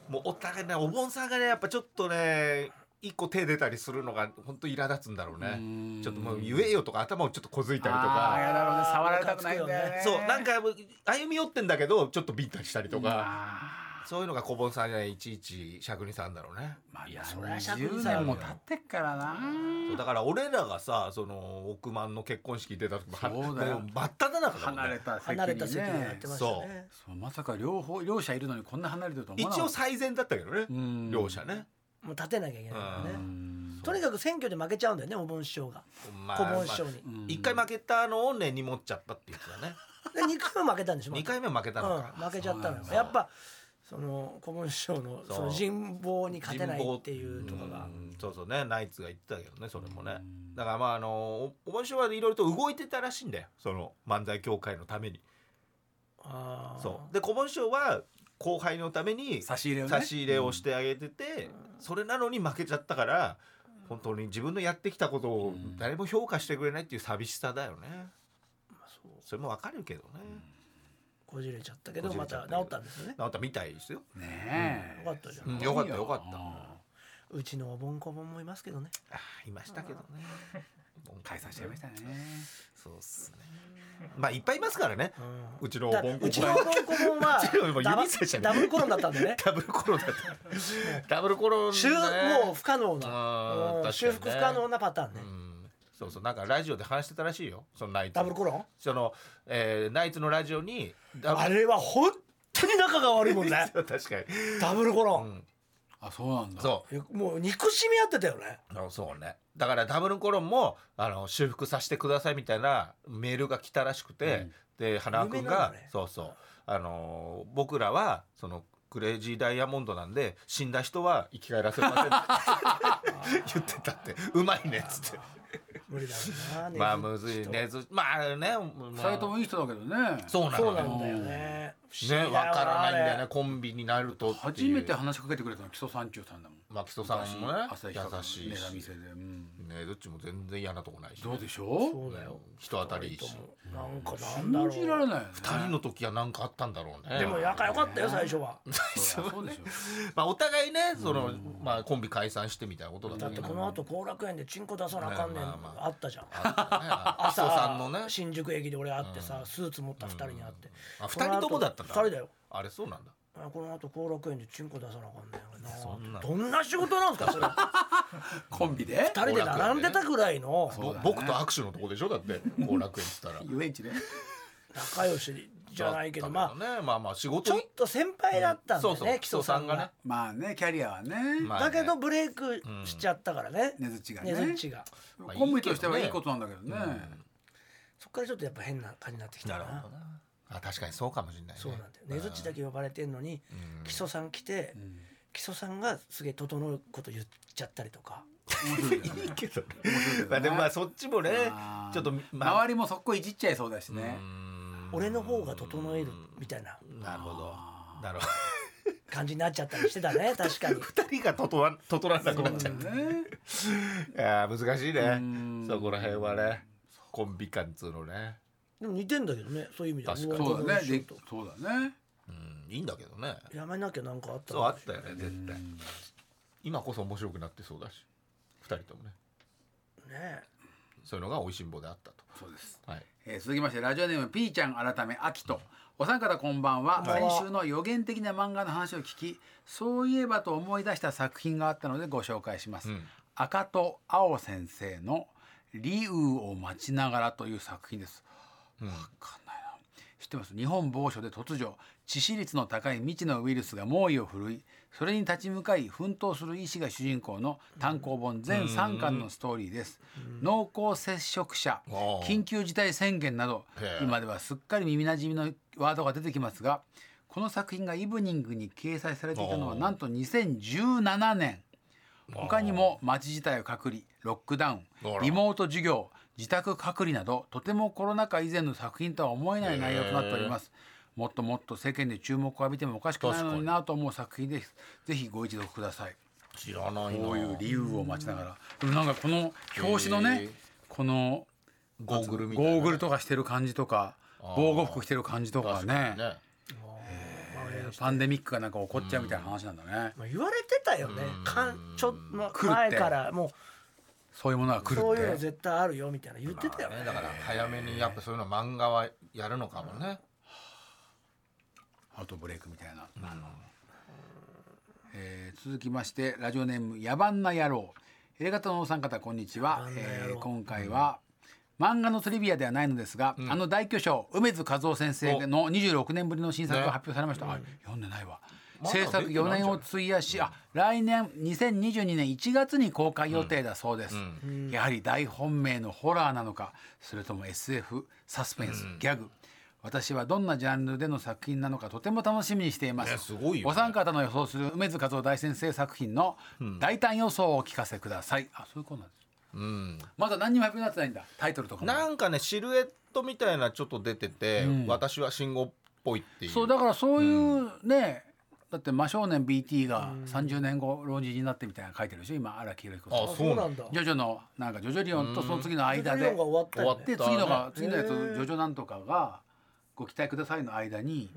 B: もうお互いねお盆さんがねやっぱちょっとね一個手出たりするのが本当苛立つんだろうね
D: うん
B: ちょっともう言えよとか頭をちょっとこづいたりと
D: ああ
B: か
D: やだろうね触られたくないんだよね
B: そうなんかもう歩み寄ってんだけどちょっとビンタしたりとか
D: あ
B: そういうのが小盆さんにはいちいちしゃくにさんだろうね
D: あまあいや
C: そ
D: そ
C: り
D: れ
C: ゃ
D: は
C: 尺
D: 10
C: にさ
D: 年も経ってっからな
B: そうだから俺らがさその億万の結婚式出た時もは
D: そうだよ
B: も真っ只中だもんね
D: 離れた席
C: 離れた
D: に
C: 席でやっ
D: ね
C: てましたね
D: そうまさか両方両者いるのにこんな離れてるとは思わな
B: 一
D: か
B: 応
D: った
B: 最善だったけどね
D: うん
B: 両者ね
C: もう立てなきゃいけないから
B: う
C: ね
D: うん
C: とにかく選挙で負けちゃうんだよねお盆師匠が
B: ま
C: 小盆師匠に
B: まあ
D: うん
B: 一回負けたのを根に持っちゃったって言ってたね
C: で2回も負けたんでしょま
B: 二
C: た
B: 回目負けたのか
C: うん、負けちゃったのよ
B: そう
C: やっぱその小文師匠の
B: そう
C: その人望に勝てないっていうと
B: 人
C: こ
B: 望
C: が
B: うんそうそうねナイツが言ってたけどねそれもねだからまああのおお盆師匠はいろいろと動いてたらしいんだよその漫才協会のために
C: あー
B: そうで小盆師匠は後輩のために
D: 差し入れをね
B: 差し入れをしてあげてて、それなのに負けちゃったから本当に自分のやってきたことを誰も評価してくれないっていう寂しさだよね。それもわかるけどね。
C: こじれちゃったけど
B: こじ
C: ま
B: れちゃった
C: た
B: けど
C: 治ったんですよね
B: なんかみたいですよ。
D: ねえ
C: よかったじゃん、
B: う
C: うん
B: よかったよかった
C: ちのおぼんこぼんもいますけどね
B: あーいましたけどね。
D: 解散しちゃいましたね
B: そうっすね。まあいっぱいいますからね。
C: う
B: うちのお
C: だ
B: 盆
C: うちのおぼんこぼんは
B: うちのおぼん
C: ダ
B: [laughs]
C: バ
B: 指差しちゃう
C: ダブルコロンだったんでね
B: ダブルコロナだった。ダブルコロナ、ね。
C: 修もう不可能
B: あー
C: な、
B: 確
C: う
B: かにね
C: ん、修復不可能なパターンね、
B: うんそうそうなんかラジオで話してたらしいよ。そのナイツ。
C: ダブルコロン
B: その、えーナイツのラジオにダブ
C: あれは本当に仲が悪いもん
B: [laughs]
C: ね
B: ル確かに。
C: ダブルコロ
B: う
C: ン、
B: ん
D: あそうなんだ
B: そう。
C: もう憎しみ合ってたよね
B: あそうねだからダブルコロンもあの修復させてくださいみたいなメールが来たらしくて、で花輪君
C: 有名な
B: が、
C: のね
B: そうそうあのー僕らはそのクレイジーダイヤモンドなんで死んだ人は生き返らせませんって言ってたってうまいねっつって
C: 無理だろうな、ね、
B: まあむずいねずまあね
D: 斎藤もいい人だけどね
B: そうな
C: そ
B: の
C: うな
B: よ
C: んだよね不思議
B: ね
C: だ
B: わ
C: よ
B: からないんだ
C: あ
B: よね
C: れ
B: コンビになるとっていう
D: 初めて話しかけてくれたの木曽三中さんだもん
B: まあ木曽さんもね
D: 朝日
B: 優しい
D: ネタ
B: し
D: 見せで、うん、
B: ねどっちも全然嫌なとこないし
D: どうでし
C: そ
D: ょ
C: うだよ
B: 人当たりいいし
C: なんかなんだろ
D: う信
C: う
D: じられないよね
B: 二人の時は何かあったんだろうね
C: でも仲良かったよ最初は
D: そりゃそうでしょ
B: まあお互いねそのまあコンビ解散してみたいなことだった
C: だっ
B: け
C: て
B: ど
C: この後後楽園でチンコ出さなあかんねん
B: まあまあまあ
C: あったじゃん
B: あった
C: 朝
B: ね木曽さんのね
C: 新宿駅で俺会ってさスーツ持った二人に会って
B: あ二人ともだったんだ
C: この後二人だよ
B: あれそうなんだ
C: あこの後後楽園でチンコ出さなあかんねん
B: そん
C: な
B: な
C: どんな仕事なんですかそれ
D: コンビで
C: 二人で並んでたぐらいの
D: そうだね
B: 僕と握手のとこでしょだって後楽園っつったら
D: 遊園地で
C: 仲良しじゃないけどまあ
B: だったけどねまあまあ仕
C: ち
B: 事
C: ょっと先輩だったんだ
B: そう
C: よ
B: そう
C: ね木曽さんがね
D: まあねキャリアはね、
B: まあね
C: だけどブレイクしちゃったからね
D: 根づちがね
C: ねずっちが
B: まあ
D: コンビとしてはい
B: い
D: い
B: けどね
D: ことなんだけどね、
C: そっからちょっとやっぱ変な感じになってきた
B: な
C: な
B: るほどなあ確かにそうかもしれないね
C: そうなんだよねずっちだけ呼ばれてんのに
B: うん
C: 木曽さん来て
D: ん
C: 木曽さんがすげえ整うこと言っちゃったりとか
D: 面白いよね
B: いいけどね
D: 白いけど
B: [laughs]
D: ね
B: まあでもまあそっちもね
D: あー
B: ちょっとまあ
D: 周りもそこいじっちゃいそうだしね、
C: 俺の方が整えるみたいな
B: なるほど
D: あ
B: なるほど
C: 感じになっちゃったりしてたね確かに
B: 二人が整わ整わなくなっちゃう
D: ね
B: いやー難しい
D: うん
B: ねそこら辺はねコンビ感っつうのね
C: でも似てんだけどねそういう意味では
B: 確かに
D: そうだね
C: うわ
D: でそうだね
B: うんいいんだけどね
C: やめなきゃなんかあった
B: そうあったよね絶
D: う
B: 対
D: ん
B: 今こそ面白くなってそうだし二人ともね
C: ねね
B: そういうのがおいしんぼであったと
D: そうです、
B: はい
D: えー続きましてラジオネーム P ちゃん改め秋と、お三方こんばんは
C: こんばんは
D: 先週の予言的な漫画の話を聞きそういえばと思い出した作品があったのでご紹介します、
B: うん
D: 赤と青先生の「理雨を待ちながら」という作品です
B: うん
D: わかんないな知ってます日本某所で突如致死率の高い未知のウイルスが猛威を振るいそれに立ち向かい奮闘する医師が主人公の単行本全3巻のストーリーです濃厚接触者
B: おー
D: 緊急事態宣言など
B: へえ
D: 今ではすっかり耳なじみのワードが出てきますがこの作品がイブニングに掲載されていたのは
B: おー
D: なんと2017年他にも街自体を隔離ロックダウン
B: あら
D: リモート授業自宅隔離などとてもコロナ禍以前の作品とは思えない内容となっておりますもっともっと世間で注目を浴びてもおかしくないのになと思う作品ですぜひご一読ください
B: 知らないな
D: こういう理由を待ちながらでもなんかこの表紙の
B: へ
D: ね
B: え
D: この
B: ゴーグルみた
D: ゴ
B: いな
D: ーグルとかしてる感じとか
B: あー
D: 防護服着てる感じとか
B: 確か
D: ね
B: にね
D: パンデミックがなんか起こっちゃうみたいな話なんだね
C: まあ、言われてたよねかんちょっ
D: 来
C: と
D: るって
C: 前からも
D: そういうものが
C: う
D: 来
C: そういう
D: る
C: の
D: って
C: 絶対あるよみたいな言ってたよね,、
B: ねだから早めにやっぱそういうの漫画はやるのかもね
D: アウトブレイクみたいな、あのえー続きましてラジオネーム野蛮な野郎 A 型のお三方こんにちは、えー今回は、漫画のトリビアではないのですが、あの大巨匠梅津和夫先生の26年ぶりの新作が発表されました、あ読んでないわ、
B: まだ
D: 制作
B: 出てないん
D: 4
B: じゃない
D: 年を費やし、あ来年2022年1月に公開予定だそうです、やはり大本命のホラーなのかそれとも SF サスペンス、ギャグ私はどんなジャンルでの作品なのかとても楽しみにしています、
B: ねすごいよね
D: お三方の予想する梅津和夫大先生作品の大胆予想をお聞かせください、あそういうことなんです
B: うん
D: まだ何にも発表になってないんだタイトルとかも
B: なんかねシルエットみたいなちょっと出てて私は信号っぽいっていう
D: そうだからそういうね、だって真正面 BT が30年後老人になってみたいなの書いてるでしょ今荒木宏彦さん
B: あ
C: あ
B: そ
C: そうなんだ
D: ジョジョのなんかジョジョリオンとその次の間
C: ジョジョ
D: で
C: リオンが終わったよ
B: 終わっ
C: ね
B: て
D: で次のが
B: だ
D: 次のやつジ
C: へー
D: ョジョなんとかがご期待くださいの間に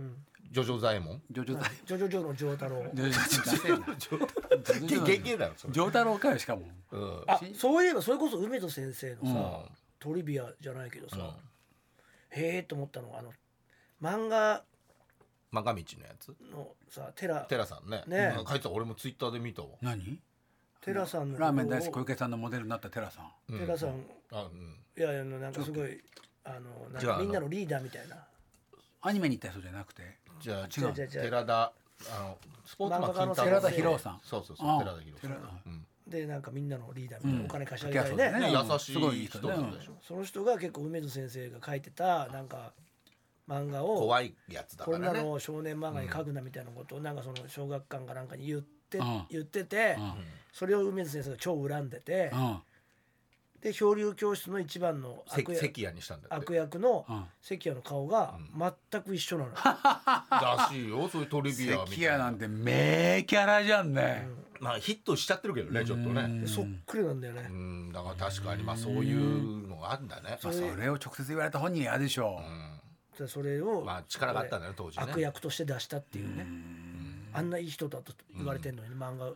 B: ジョジョ左衛門
D: ジョジョ大
C: ジョジョ [laughs] ジョの丈太郎
D: ジョジ
C: [laughs]
D: ョジョ
B: ゲゲだろそれ
D: ジョ太郎かよしかも
B: うん
C: あそういえばそれこそ梅津先生のさ、
B: うん
C: トリビアじゃないけどさ、
B: うん
C: へえと思ったのがあの漫画
B: マガミチのやつ
C: のさテラ
B: テラさんね
C: ね
B: うん書いてた俺もツイッターで見たわ
D: 何
C: テラさんの
D: ラーメン大好き小
C: こ
D: 池さんのモデルになったテラさん
B: う
C: とを
B: ん
C: テラさん、
B: あうん
C: いやいやなんかすごいあのなん
B: じゃああの
C: かみんなのリーダーみたいな
D: アニメに行った人じゃなくて
B: じゃあ
D: 違う
C: 違う違う
B: 寺田あのスポーツマン
C: 漫画家の
B: 金太郎
D: 寺田ヒロさん
B: そうそう
D: あ
B: そ
D: あ
B: う寺田ヒロさん
D: 寺田
B: うん
C: でなんかみんなのリーダーみたいな、
D: うん
C: お金貸し上げたり
D: 掛け合いそう
B: ね
C: ね
D: だね
B: 優
D: すご
B: し
D: い
B: い
D: 人
B: 人
D: だ
B: だ
D: よ
B: よ
D: ね
B: ね
C: その人が結構梅津先生が書いてたなんか漫画を
B: 怖いやつだか
C: こん
B: ら
C: な
B: ね
C: のを少年漫画に書くなみたいなことをなんかその小学館かなんかに言って、
D: うん
C: 言ってて、
D: うん
C: それを梅津先生が超恨んでて、
D: うん
C: で漂流教室の一番の
B: せ
C: 悪役
B: 関谷にしたんだって
C: 悪役の
D: うん
C: 関谷の顔が全く一緒なのよ、
B: らしいよそういうトリビアみた
D: 関
B: い
D: 谷なんて名キャラじゃんね、
B: まあヒットしちゃってるけどねちょっとね
C: でそっくりなんだよね、
B: うんだから確かにまあそういうのがあんだね
D: まあ、それを直接言われた本人嫌でしょ
C: でそれを、
B: まあ力があったんだね当時ね
C: 悪役として出したっていうね、あんないい人だと言われてんのに漫画、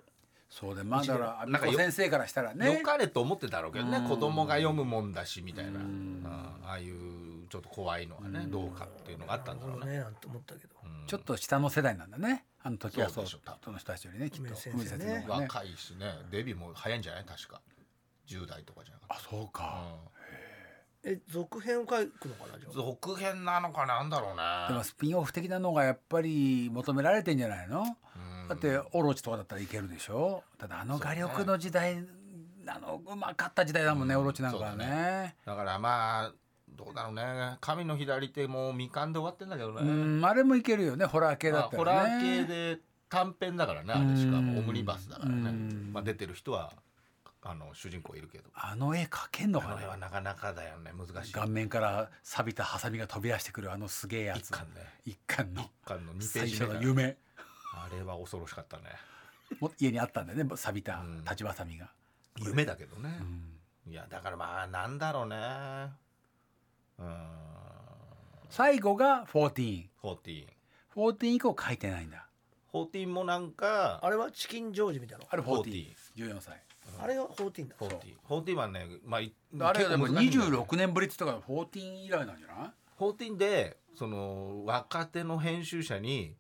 D: そうでまあだから阿
B: なんか
D: 弥
B: よ
D: 陀先生からしたら
B: 良
D: ね
B: かれと思ってたろうけどね子供が読むもんだしみたいなうんああいうちょっと怖いのがねどうかっていうのがあったんだ
C: なる
B: ろう
C: ほど
B: ね
C: ねなんて思ったけど、
D: ちょっと下の世代なんだねあの時は
B: そ
D: そうう
B: でしょう多分
D: その人たちよりねきっと
C: 梅先生
D: 梅
C: ね
D: 先生の方がね
B: 若いしねデビューも早いんじゃない確か10代とかじゃなか
D: あそうか、
B: っ
C: え続編を書くのかなじゃ
B: た
C: あ
B: 続編なのかなんだろう
D: で
B: ね
D: もスピンオフ的なのがやっぱり求められてんじゃないの、
B: うん
D: だってオロチとかだったらいけるでしょただあの画力の時代、あのうまかった時代だもんね、オロチなんかは
B: そう
D: ね
B: だからまあどうだろうね神の左手も未完で終わってんだけどね、
D: うんあれもいけるよねホラー系
B: ま
D: だ
B: あ
D: った
B: ホ
D: らね、
B: ラー系で短編だからねあれしか
D: うん
B: もオムニバスだからね
D: うん
B: まあ出てる人はあの主人公いるけど
D: あの絵描けんの
B: あ
D: か
B: の
D: な
B: 絵はなかなかだよね難しい
D: 顔面から錆びたハサミが飛び出してくるあのすげえやつ
B: 一巻ね
D: 一巻の
B: 一巻の二ペー
D: 最
B: ジ
D: 初
B: 目から
D: の夢
B: あれは恐ろしかったね
D: も家にあったんだよね錆びた
B: うん
D: 立ちばさみが、
B: 夢だけどね
D: う、ん
B: いやだからまあなんだろうねうん
D: 最後が1414
B: 14
D: 以降書いてないんだ
B: 14もなんか
C: あれはチキンジョージみたいなの
D: あれ
B: 14
D: 14歳
C: あれが14だ
B: 14 14はねまあい
D: あれ
B: 結
D: は
B: 構
D: でも
B: 難しいんだよね
D: 26年ぶりって言ったから14以来なんじゃない
B: 14でその若手の編集者に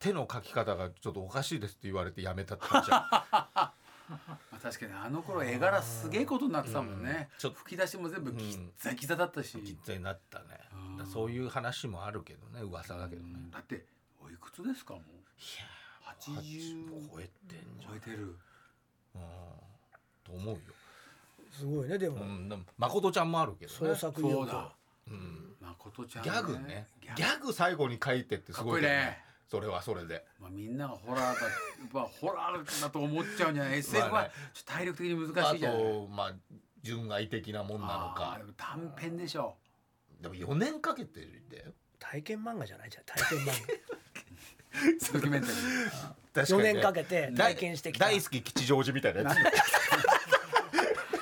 B: 手の書き方がちょっとおかしいですって言われてやめたって言っち
D: [laughs]
B: ゃ
D: まあ、確かにあの頃絵柄すげえことになってたもんね、
B: うんちょっと
D: 吹き出しも全部ギッザギザだったし、
B: うきついなったね
D: うん
B: だそういう話もあるけどね噂だけどね
D: だっておいくつですかもう80
B: 80超えてんじゃん
D: 超えてる
B: と思うよ、
C: すごいねでも、
B: うん、でも誠ちゃんもあるけど
C: 創
B: ね、
C: 作意
D: そう
C: 欲
D: だ
B: うん、
D: 誠ちゃん、
B: ギャグね
D: ギャグ
B: ギャグ最後に書いてってすごいよ
D: かっこいいね
B: それはそれで
D: まあ、みんながホラーだ、まあ、ホラーだと思っちゃうんじゃない SF
B: [laughs] まあ
D: は
B: ね
D: ちょっと体力的に難
B: あ
D: しいじゃない
B: とまあ純愛的なもんなの
D: あー
B: か
D: でも短編で
B: [laughs]
D: しょ
B: でも4年かけてるんだよ
C: 体験漫画じゃないじゃん体験
B: [laughs]
C: 漫
D: ドキュメンタリ
B: 確
C: 4年かけて体験してきた
B: 大大好き吉祥寺みたいなやつ
D: ー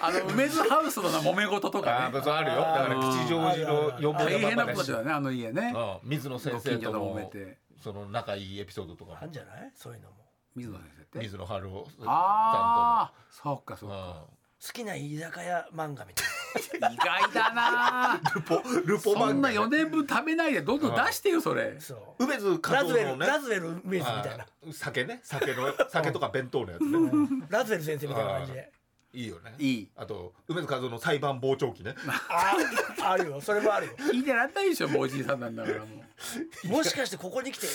D: あの梅津ハウスのな揉め事と
B: あ
D: か
B: ー
D: ね
B: そうあるよだから吉祥寺の4
D: 大変
B: 分
D: な
B: の
D: ことだよねあの家ね
B: うん水野先生との
D: ご近所で揉めて
B: その仲いいエピソードとか
C: あん
B: も
C: じゃないそういうのも
D: 水野先生って
B: 水野春夫さ
D: ああそうかそ
B: ん
D: う
B: と
D: か
B: も
C: 好きな居酒屋漫画みたい
D: 意外だな
B: [laughs]
D: ー
B: うんルポ
D: そ
B: 漫
D: んな
B: 画
D: 4年分食べないでどんどん出してよそれ
C: なそう
B: 梅津和
C: ラ
B: 夫
C: ズベ
B: の
C: ル
B: ね
C: ラズベル梅津みたいな
B: あー酒ね酒の酒とか弁当のやつね
C: ラズベル先生みたいな感じで
B: いいよね
D: いい
B: あと梅津和夫の裁判傍聴器ね
C: ああるよそれもあるよ
D: 聞いてらんないでしょもうおじいさんなんだからもう
C: もしかしてここに来て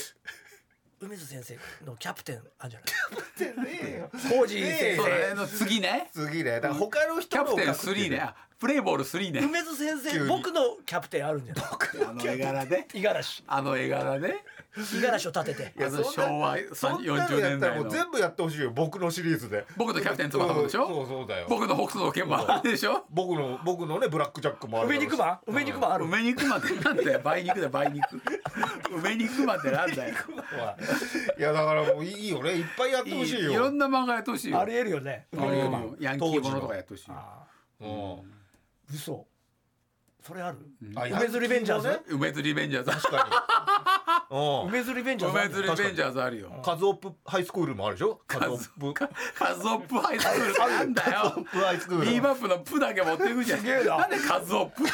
C: 梅津先生のキャプテンあんじゃないコージー先
D: それ
C: 生
D: の次ね
B: 次ねだから他の
D: キ
B: 人
D: ャ
B: の
D: プテン3ねあプレイボール3ね
C: 梅津先生僕のキャプテンあるんじゃない
D: あの絵柄で
C: 五十嵐
D: あの絵柄ね
C: 五十嵐を立てて
B: いや
D: あ
B: そん
D: の
B: な
D: 昭和
B: そんなの
D: 40
B: やっ
D: 年
B: たら
D: 代
B: もう
D: の
B: 全部やってほしいよ僕のシリーズで
D: 僕のキャプテン翼もでし
B: う
D: ょ
B: んそうそうだよ
D: 僕の北斗の拳もあるでしょ
B: 僕の僕のねブラックジャックもあるだ
C: 梅
B: ろうし
C: 肉マン梅肉マンある
D: 梅肉までなんだよ梅肉だよ梅肉梅肉までなんだよ
B: いやだからもういいよねいっぱいやってほ
D: い
B: しいよ
D: ろんな漫画やってほしいよ
C: ありえるよね
D: うん
C: 梅肉マン
D: ヤンキーものとかやってほしいよ
C: あ
B: うん
C: ー嘘それある
B: あ
C: 梅津リベンジャーズ
B: ね
D: 梅津リベンジャーズ
B: 確かにうん
C: 梅津リベンジャーズあ
D: 梅
C: る
D: 津リベンジャーズあるよ
B: カズオップハイスクールもあるでしょカズオップ
D: カカズオップハイスクールってなんだ
B: カズオ
D: よ
B: ップハイスクール
D: ビーバップのプだけ持っていくじゃん
C: すげえな
D: なんでカズオップって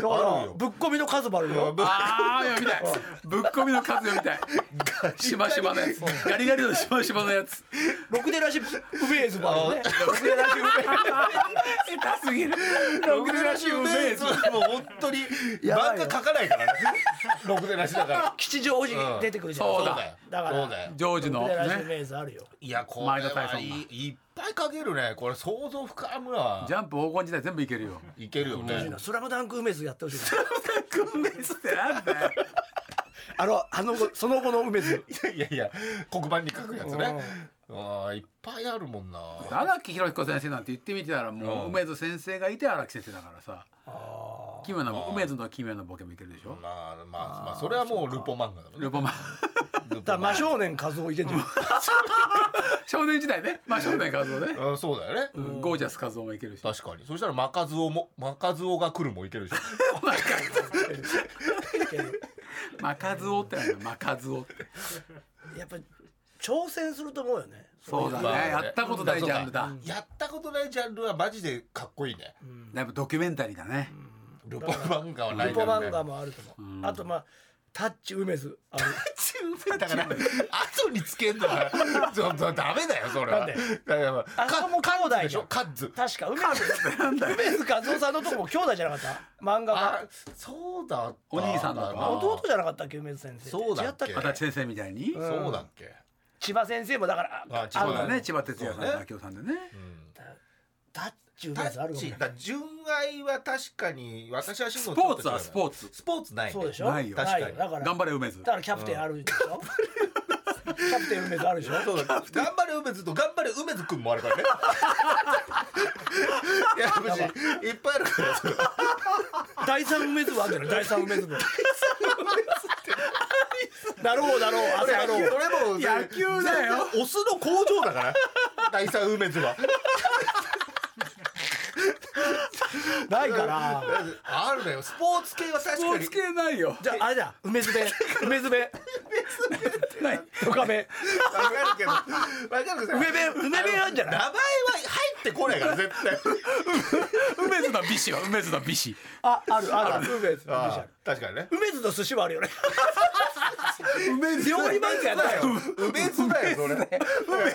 C: だから
B: あるよ
C: ぶっ込みの数もあるよ
D: ああ読みた [laughs] いぶっこみの数読みたいしましまのやつガリガリのしましまのやつ
C: ろくでなしウベーズもあるね
D: ろくでなし下手すぎるろくでなしうめえぞ
B: もう本当に
C: やばい
B: 漫
C: よ
B: 画書かないからねろくでなしだから
C: 吉祥寺に出てくるじゃん
D: うん
B: そう
D: だ
B: だよ
C: だから
B: そうだよ
D: ジョージ
C: ろ
D: の
C: くでなしウ
D: ね
C: ベーズあるよ
B: いやこ
D: 前
B: れ
D: 田大
B: は
D: 尊
B: い
D: が
B: いいっぱ対かけるねこれ想像深むわ
D: ジャンプ黄金時代全部いけるよ。
B: いけるよ
C: 欲しい
B: ね
C: なスラムダンク梅津やってほしいな
D: 訓練ってなんだよ。
C: あのあの後その後の梅津
B: いやいや黒板に書くやつねあーいっぱいあるもんな
D: 荒木弘彦先生なんて言ってみてたら
B: う
D: もう
B: ん
D: 梅津先生がいて荒木先生だからさ
C: あ
D: 奇妙な梅津の奇妙なボケもいけるでしょ
B: まあまあまあそれはもうルポ漫画だもんね
D: ルポマン [laughs]
B: ルポ
C: だから
B: 漫
C: 真正面和夫いてんじゃん [laughs]
D: 少年時代ねまあ少年和夫ね
B: 画うんそうだよね
D: ゴージャス和夫もいけるし
B: 確かにそしたらマカズオもマカズオが来るもいけるでしょ
D: マカズオってなんだよマカズオって
C: やっぱり挑戦すると思うよね
D: そうだね
B: まあ
D: やったことないジャンルだ
B: やったことないジャンルはマジでかっこいいね
D: だいぶドキュメンタリーだね
B: ルポ漫画はない
C: ルポ
B: だろうね
C: 漫画もあると思う、あとまあタッチ梅津ある
B: だから後につけんのはちょっとダメだよそれは
C: なんで
B: だから
C: あそこも兄弟
B: でし
C: じゃ
B: ょ
C: ん
B: カッズ
C: 確か梅津梅津和夫さんのとこも兄弟じゃなかった漫画
B: あ
C: が
B: そうだった
D: お兄さんだと
B: あー
C: 弟じゃなかったっけ梅津先生
B: そうだっけ
C: 違
D: 足立先生みたいに
C: ん
B: そうだっけ
C: 千葉先生もだから
B: あ千
D: そ
B: 葉
D: うだ
B: う
D: ね
B: ん
D: 千葉哲也さん
B: そう
D: と
B: ね
D: 明夫さんでね
C: タッチ梅
B: タ
C: 津あ
B: ッ
C: るかも
B: チ
C: ね
B: だから純愛は確かに私は
D: スポーツはスポー
B: ツ
D: ツ
B: スポーツないね
C: そうでしょ
D: ないよ
B: 確かに
C: ないよだから
D: 頑張れ梅津
C: だからキャプテンあるでしょ、キャプテン梅津あるでしょ
B: そう
D: [laughs]
B: だ頑張れ梅津と頑張れ梅津くんもあるから
C: [laughs]
B: ね。いや、無事、いっぱいあるから。それ
C: 第三梅津部あるんじゃない第三梅津部だろうだろうあれだろう
B: も、
D: 野球だよ。
B: オスの工場だから。第三梅津は。
C: ないから
B: あるだよ。スポーツ系は確
D: スポ
B: か
D: ー
B: に
D: ツ。系ないよ
C: じゃああれだ梅津部梅津部
D: ない
C: ドカベ
B: わかるけど。わかるけど。
C: 梅部梅部あるんじゃな
B: 名前
C: い
B: は入ってこないから、絶対。
D: 梅津の美子は梅津の美子
C: ああるある梅津
B: ああ確かにね。
C: 梅津の寿司はあるよね
D: 梅津
C: 料理漫画やったよ
B: 梅津だよ、それ。
D: 梅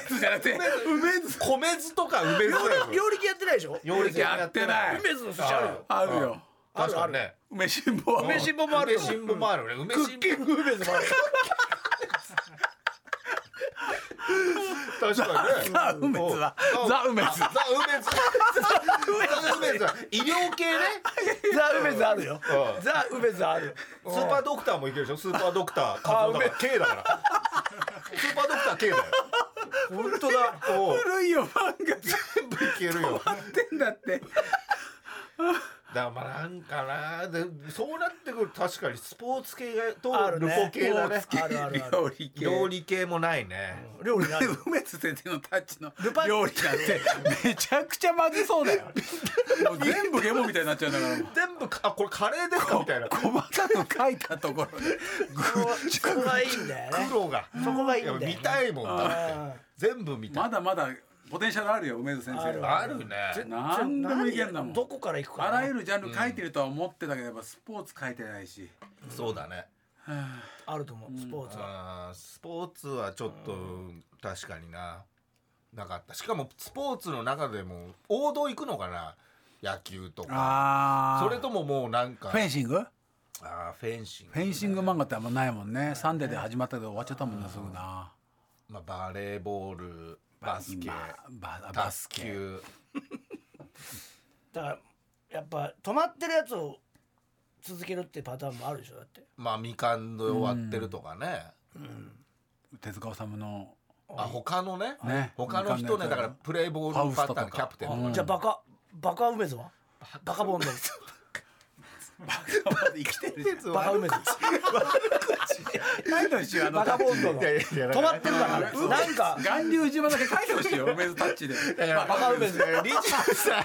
D: 津じゃなくて梅津
B: 米津とか梅津だよ。
C: 料理系やってないでしょ
B: 料理系
D: やってない
C: 梅津の寿司あるよ
D: あるよ
B: 確かにね。
D: 梅辛坊
C: 梅辛坊もあるよ
B: 梅辛坊もあるね。梅
C: ク
B: 辛
C: ッキング梅津もあるよ
B: 確かにね。
D: ザ梅津だザ梅津
B: ザ梅津。ザ梅津。医療系ね。
C: ザ梅津あるよ
B: うん
C: ザ梅津ある
B: スーパードクターもいけるでしょ。スーパードクター。カだから。K だから。スーパードクター K だよ。
C: 本当だ
B: おう
D: 古いよ漫画や
B: 全部いけるよ。だか
D: ってんだって
B: らまあなんかな。でそうなってくると確かにスポーツ系がと
C: ある
B: ル
C: ね
B: ポ系だね。
C: あるあるある
D: 料理系
B: 料理系もないね。
C: 料理ないよ
D: 梅津先生のタッチの
C: ルパン
D: 料理なんて [laughs] めちゃくちゃまずそうだよ [laughs] もう全部ゲボみたいになっちゃうんだから
B: 全部かあこれカレーですかみたいな。
D: 細かく書いたところで
C: そこがいいんだよね
B: 苦労が。
C: そこがいいん
B: やっ
C: だよ
B: ぱ見
C: ね
B: たいもんだっ
C: あ
B: て。全部見た
D: ま
B: い。
D: だまだポテンシャルあるよ梅津先生は
B: あるね。
D: 何でもいけんだもん
C: どこから行くか
D: あ
C: な
D: らゆるジャンル書いてるとは思ってたけどやっぱスポーツ書いてないし
B: そうだね。
C: あると思うスポーツは
B: あースポーツはちょっと確かにななかったしかもスポーツの中でも王道行くのかな野球とか
D: あ
B: それとももうなんか
D: フェンシング
B: あーフェンシング
D: フェンシング漫画ってあんまないもんねサンデーで始まったけど終わっちゃったもんなすぐな
B: まあ、バレーボールバスケ
D: まあババ
B: バ
D: ス
B: ス
D: ケ
B: ケ
C: だからやっぱ止まってるやつを続けるってパターンもあるでしょだって
B: まあみかんで終わってるとかね、
D: 手塚治虫の
B: あ他のね
D: ね
B: 他の人
D: みかんのやつ
B: ねだからプレーボールパターンキャプテンとか、
D: うん
C: じゃあバカバカ梅津はバカボンド
B: [laughs]
D: 生きてる
C: バカ梅津
D: [laughs] 書いてほしいよあの
C: バカボンドの
B: いやいやいやだ
C: 止
B: から
C: まってるからなんか
D: 巌流島だけ書いてほしいよ梅津タッチで
B: いやバ
D: まあ
B: カ梅ですね。二十さ、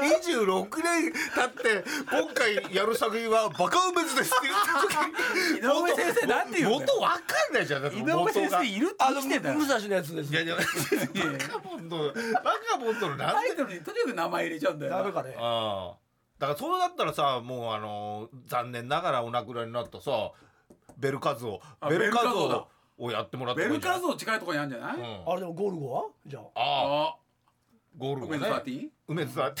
B: 二十六年経って今回やる作品はバカ梅津ですって言った
D: 井上先生なんて言うんだよ
B: 元わかんないじゃん。だって
D: 井
B: 元が
D: 上先生いるって
C: あ
D: 生
C: の
D: きてんだよ
C: 武蔵のやつです
B: いやいやバカボンドバカボンドのなん
D: タ
B: で
D: イトルにとにかく名前入れちゃうんだよ
C: ダメかね
B: ああだからそうだったらさもうあのー残念ながらお亡くなりになったさベルカズオ
D: あ
B: ベルカズ
D: ベルカズオだ
B: オをやってもらって
D: ベ
B: もいい
D: ル
B: じゃ
D: カ
B: ん
D: ーズの近いところにあるんじゃない、
B: うん
C: あれでもゴルゴはじゃあ
B: ああ
D: あ
B: ゴールゴ
D: あ梅津サーテ
B: ね
D: ィーン
B: 梅津さん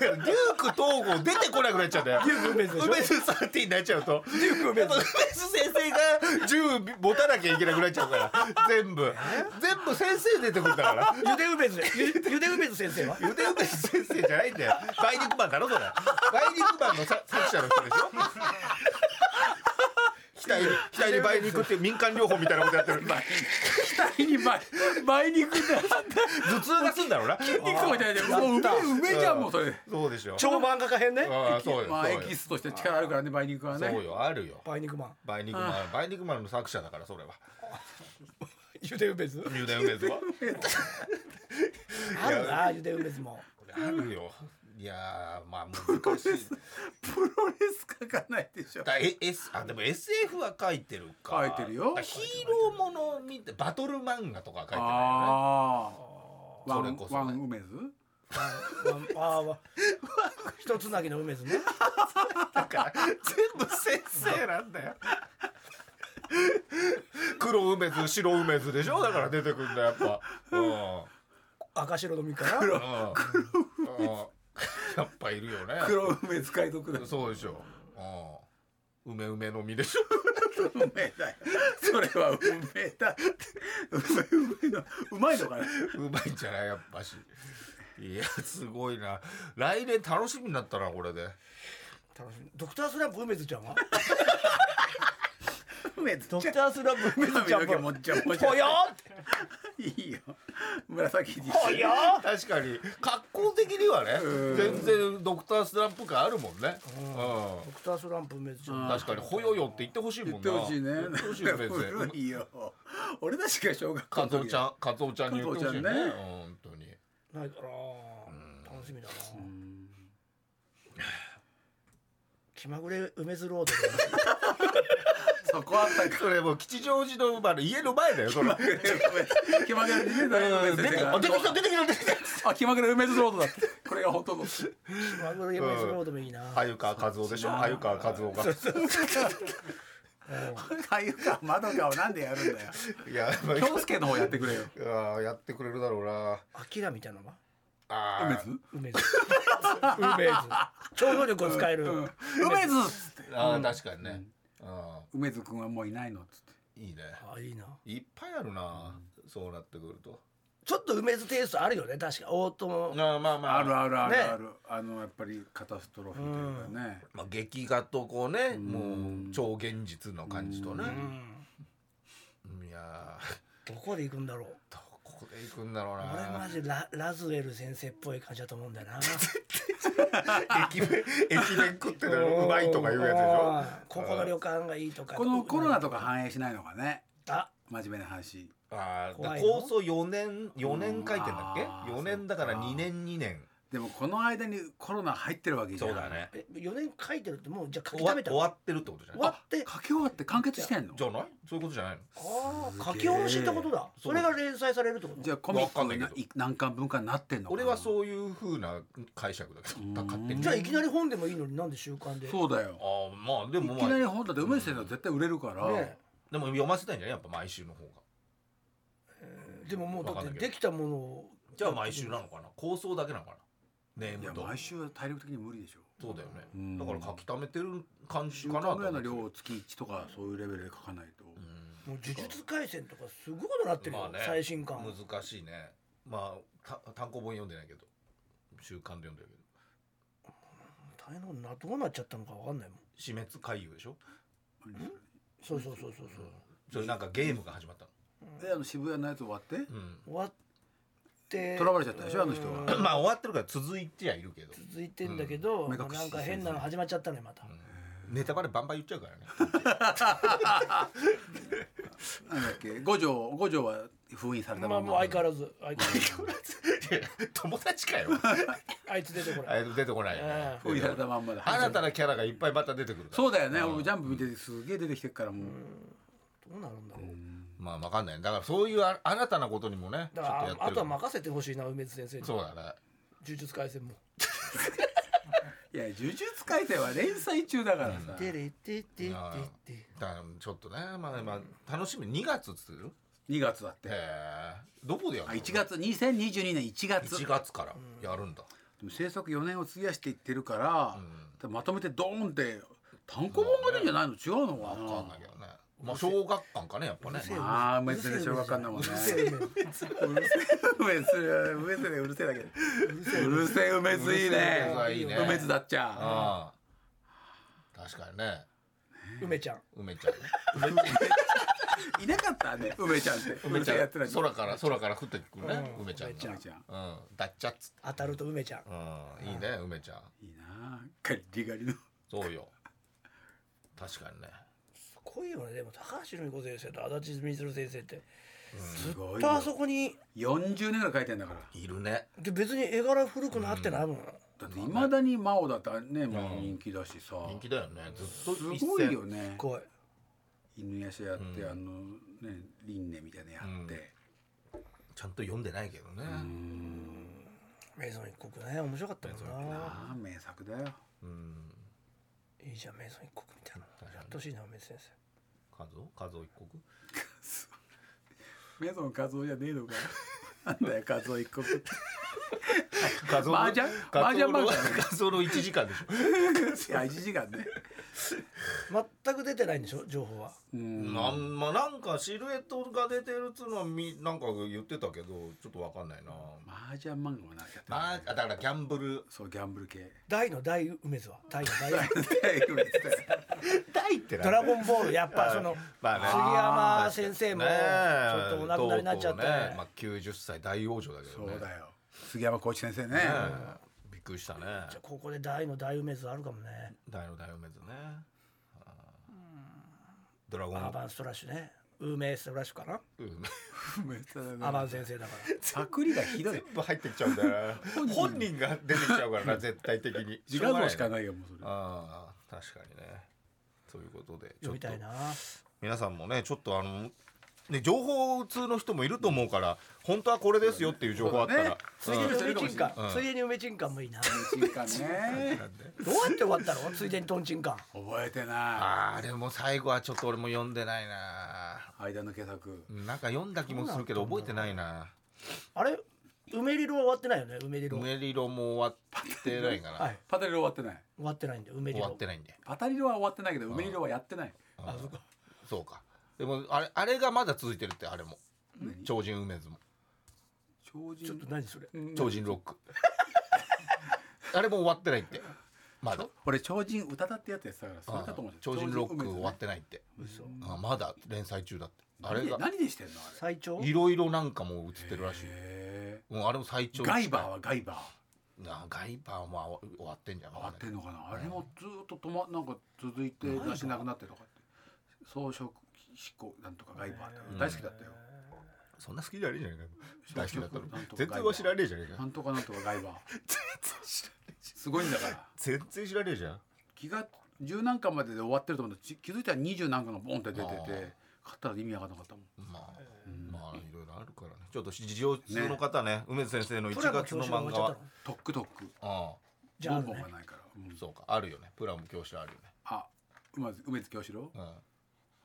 B: デューク統合出てこなくなっちゃうんだよ。デューク梅津梅津サーティーになっちゃうと。デューク梅津梅津先生が銃持たなきゃいけなくなっちゃうから。全部全部先生出てくるんだから。
C: ゆでうべずゆゆでうべず先生は
B: ゆで梅津先生じゃないんだよ。梅肉マンだろそれ。梅肉マンのさ作者の人でしょ。額に額に梅肉って民間療法みたいなことやってる。
D: [laughs] 額に倍倍肉だ
B: 頭痛がすんだろうな。
D: 筋肉とかじゃないでもう梅梅じゃんもうそれ
B: そうでしょ。
C: 超漫画家編ね
B: ああそうよ。
D: まあ
B: そう
D: エ
B: よ
D: キスとして力あるからね梅肉は
B: そう
D: ね
B: よあるよ。
C: 梅肉マン
B: バイニグマン、バイニグマンの作者だからそれは。
C: ゆでうべず
B: ミューダンウェイズは。
C: あるなゆでうべずも
B: あるよ。いやーまあ難
D: [laughs]
B: しい。
D: プロレス書かないでしょ
B: だえ S あでも SF は書いてるか。
D: 書いてるよ
B: だヒーローもの見てバトル漫画とかは書いてないよね。
D: ああワ
B: それ
D: ン
B: こそね
D: ワン梅津
C: ああわ一つなぎのうべずね
B: だから全部先生なんだよ。黒梅津白梅津でしょだから出てくるんだやっぱ。う
C: 赤白の実から
B: ん。うん。うんやっぱいるよね。
D: 黒梅津海
B: [laughs]
D: 賊だ
B: そうでしょ。うん。梅梅の実でしょ。
D: 梅だよそれは梅だって梅梅のうまいのかな
B: うまいんじゃないやっぱし。いや、すごいな。来年楽しみになったな、これで。
C: 楽しみドクタースランプうべずちゃんは
D: 梅津
C: ドクタースランプうべずちゃん
D: 髪の毛もっちゃもっちゃ
C: ぽよーって
D: いいよ紫に
C: ぽよーって
B: 確かに、格好的にはね、全然ドクタースランプ感あるもんね。
C: ド
B: う
C: クタースランプうべずちゃん
B: ん。確かに、ほよよって言ってほしいも
D: 言
B: ん
D: っ
B: な。
D: てほしいね
B: 言ってほしいよ、
D: [laughs]
B: 先
D: 古
B: 生。
D: いよ俺たちが小学校
B: カ
D: の
B: ツ
D: 時
B: オちゃん、カツオちゃんに言ってほしいね。
D: カツオちゃんね
B: 本当に。
C: ないから楽しみだな気まぐれ梅津ロードで
D: そこあったか
B: それもう吉祥寺の生まれ、家の前だよ、それ。
D: 気まぐれ梅津大学の
B: 出
D: 先
B: て
D: 生
B: あ
D: が
B: 出てきた、出てきた、出てきた。
D: あ気まぐれ梅津ロードだってこれが本当の
C: 気まぐれ梅津ロードもいいな
B: 鮎川和夫でしょ鮎川和夫が。
D: かゆか窓かをなんでやるんだよ
B: いや、まあ
D: 京介の方やってくれよ
B: いやーやってくれるだろうな。
C: アキラみたいなのは
B: あー
D: 梅津
C: 梅津 [laughs] 梅津超能力を使える、
D: うん梅津っつって
B: あー確かにね。うん
D: 梅津君はもういないのっつって
B: いいね。
C: あいいない
B: っぱいあるな、そうなってくると。
C: ちょっと梅津テイストあるよね確か大友
B: まあまあまあ。
D: あるあるある
C: ね
D: ある、あのやっぱりカタストロフィーというかね、
B: まあ、劇画とこうね、もう超現実の感じとね。
C: うん
B: いやー、
C: どこで行くんだろう
B: [laughs] どこで行くんだろう
C: 俺マ
B: な。
C: ジララズエル先生っぽい感じだと思うんだよな
B: 駅弁、駅弁食ってたらうまいとか言うやつでしょ。
C: うんここの旅館がいいとか
D: このコロナとか反映しないのかね
C: あ
D: 真面目な話
B: ああ、だ
C: 怖いの
B: 構想四年、四年書いてんだっ
D: うんあ
B: け
D: ー
B: 四年だから
D: そっか
B: 二年二年。
D: でもこの間にコロナ入ってるわけじゃん
B: そうだね。
C: え4年書いてるってもうじゃあ書き
B: 終わ
C: 溜めた
B: 終わってるってことじゃ
C: 終
B: ない
C: わって
D: 書き終わって完結してんの
B: じゃないそういうことじゃないの
C: ああ書き下ろしってことだそれが連載されるってこと
D: じゃあコミッ
B: わかんな
D: ク
B: い
D: な
B: けど
D: い何巻分かになってんのかな
B: 俺はそういうふうな解釈だけど、勝手に。
C: じゃあいきなり本でもいいのになんで週刊で
D: そうだよ
B: ああ、まあでも
D: い
B: まあ。
D: きなり本だって梅津先生は絶対売れるから、
C: ね
B: でも読ませたいんじゃないやっぱ毎週の方が。
C: でももうだ
B: わか
C: っ
B: んない
C: て
B: けど
C: できたものを
B: じゃあ毎週なのかな構想だけなのかなネー
D: いや
B: ムと。
D: 毎週は体力的に無理でしょ
B: そうだよね。
D: うん
B: だから書き溜めてる感じ
D: 週
B: かなと
D: 間ぐ
B: 思
D: ら
B: っ
D: い
B: て
D: の量を月1とかそういうレベルで書かないと、
B: う
C: もう呪術廻戦とかすごいことなって
B: ん。
C: る
B: ま
C: よ
B: あね。
C: 最新刊
B: 難しいね。まあた単行本読んでないけど、週刊で読んでるけど。
C: 大変なことなどうなっちゃったのかわかんないもん
B: 死滅回遊でしょ。
C: そうそうそうそうそう
B: それなんかゲームが始まったの。
D: であの渋谷のやつ終わって
B: うん。
C: 終わって
D: 囚われちゃったでしょあの人は
C: うん
B: まあ終わってるから続いてはいるけど。
C: 続いてんだけど
D: うん
C: まあなんか変なの始まっちゃったねまた
B: ネタバレバンバン言っちゃうからね。
D: [laughs] なんだっけ [laughs] 五条五条は封印された
C: まあもう相変わらず相変わらず
B: 友達かよ。
C: あいつ出てこな
B: あ
C: い
B: れ出てこないよね
C: え。
D: 封印されたまんまで
B: 新たなキャラがいっぱいまた出てくるから。
D: そうだよね俺ジャンプ見ててすげえ出てきてるからもう、
C: どうなるんだろう
B: まあわかんない。だからそういうあ新たなことにもね、ちょ
C: だ
B: っ
C: か
B: とやっ
C: ら
B: てる。
C: ああとは任せてほしいな梅津先生に
B: そうだね。
C: 呪術廻戦も
D: いや呪術廻戦は連載中だからさ、
C: テレテテテテ
B: だからちょっとね、まあまあ楽しみ。2月っつってる？
D: 2月だって
B: へえどこでやる
D: あ
B: の
D: 1月2022年1月
B: 1月からやるんだ、
D: でも制作4年を費やしていってるから、でまとめてドーンって単行本が出るんじゃないの違うのかな、
B: わかん
D: [laughs]
B: ないけどねまあ小学館かねやっぱね
D: ああ、梅津で小学館だもんね。うるせえ梅津、梅津でうるせえだけど。うるせえ梅津いい
B: うるせ
D: ね
B: え梅津はいいね。
D: 梅津だっちゃ
B: ああ確かにね
C: 梅ちゃん
B: 梅ちゃんね
D: ん。いなかったね、梅ちゃんって。 [laughs] 梅ちゃんやってない。
B: 空から空から降ってくるね、梅ちゃんが
C: 梅ちゃ
D: 梅ちゃん。
B: うんだっちゃっつって
C: 当たると梅ちゃん
B: うんいいね梅ちゃん
D: いいなあ。ガリガリの。
B: そうよ確かにね
C: すごいよねでも高橋留美子先生と足立みつる先生って
D: すごい
C: あ
D: よ。
C: そこに
D: 40年ぐらい書いてんだから。
B: いるね
C: で別に絵柄古くなってないもん、
D: だっていまだに真央だったらね、もう人気だしさ。
B: 人気だよねずっと一
D: すごいよね。
C: 怖い
D: 犬やしやって、あの、ね、輪廻みたいなのやって。
B: ちゃんと読んでないけどね
C: メゾン一国ね面白かったもんな
D: ああ、名作だよ。
B: うん
C: いいじゃんメゾン一国みたいな
B: 確かに
C: [laughs] やってほしいな梅津先
B: 数を数を一国
D: メゾンカズオじゃねえ [laughs] のかよ。なんだよ、カズオ一国って。
B: 数
D: 麻雀麻雀漫画だね
B: 数の一時間でしょ
D: いや、1時間ね。
C: 生全く出てないんでしょ情報は
D: うん。
B: なんまあなんかシルエットが出てるっつうのはみなんか言ってたけどちょっとわかんないな
D: 麻雀漫画もな、やって
B: ま
D: ない
B: あだからギャンブル
D: そう、ギャンブル系。
C: 大の大梅津は大の大
B: [laughs] 大って
C: ドラゴンボールやっぱその
B: まあね
C: 杉山先生もち
B: ねえ
C: ょっとお亡くなりになっちゃって、
B: とうとうねまあ九十歳大王女だけ
D: そ
B: どね
D: うだよ。杉山浩一先生ね。
B: ねえびっくりしたね
C: じゃあここで大の大梅津あるかもね
B: 大の大王メズねあードラゴン
C: アバンストラッシュね梅ストラッシュかな、
B: うん
D: めっちゃだ
C: ア
D: ね
C: バン先生だから
D: パクリがひどい
B: 全。部入ってきちゃうんだよな本人が出てきちゃうからな絶対的に
D: 自画像し
B: しょ
D: か
B: うがないね
D: ないよ、もうそれ。
B: ああ確かにねということでちょっ
C: 読み
B: と
C: たいな
B: 皆さんもねちょっとあのね情報通の人もいると思うから本当はこれですよっていう情報あったら、
D: そうだね
C: ついでに
D: うん
C: 梅チンカ
B: うん
C: ンついでに梅チンカンもいいなど
D: 1時間 [laughs]
C: う
D: ね。
C: やって終わったのついでにトンチンカン
D: 覚えてな。
B: あーでも最後はちょっと俺も読んでないない
D: 間の傑作。
B: なんか読んだ気もするけど覚えてないな
C: あれ梅リロは終わってないよね梅リロ
B: 梅リロも終わってないかな、
C: はい
D: パタリロ終わってない。
C: 終わってないんだよ梅リ
B: 終わっ
C: ロ
B: てないんで
D: パタリロは終わってないけど、梅色はやってない。
C: あそっか
B: そうかでもあれあれがまだ続いてるってあれも超人梅津も
D: 超人。
C: ちょっと何それ
B: 超人ロック [laughs] あれも終わってないってまだ
D: 俺超人歌だってやつやってたからそれかと思ってた
B: 超人ロック
D: 超
B: 終わってないってあまだ連載中だってあ
D: 梅
B: れ
D: 津ね
B: が
D: 何でしてんのあれ
C: 最長
B: いろいろなんかもう映ってるらしい
D: へ
B: うんあれも最長
D: ーガイバーはガイバー
B: なガイバーも終わってんじゃん
D: 上がってんのかなあれもずっと止まなんか続いて出しなくなってとかって装飾飛行なんとかガイバーって大好きだったよ
B: そんな好きじゃねえじゃねえかよ大好きだったの
D: なんとか
B: 全然は知らねえじゃねえ
D: な
B: かよ
D: んとかなんとかガイバーすごいんだから
B: 全然知らねえじゃん
D: 気が十何巻までで終わってると思うんだち気づいたら二十何巻がボンって出てて
B: あー
D: 買ったら意味わかんなかったもん
B: まあ、まあいろいろあるからねちょっと事情通の方ね梅津先生の
C: プ
B: 1
C: ラの
B: 月
C: 教
B: の
C: 師が
B: 漫
C: 終
B: 画は
C: わっちゃったの
D: トックトック
B: あ
C: じゃあある
D: ボンボン
C: ね
D: がないから、う
B: あ
D: ん
B: そうかあるよねプラム教師あるよね
D: あ梅津梅津京四郎 [laughs]
B: うんだか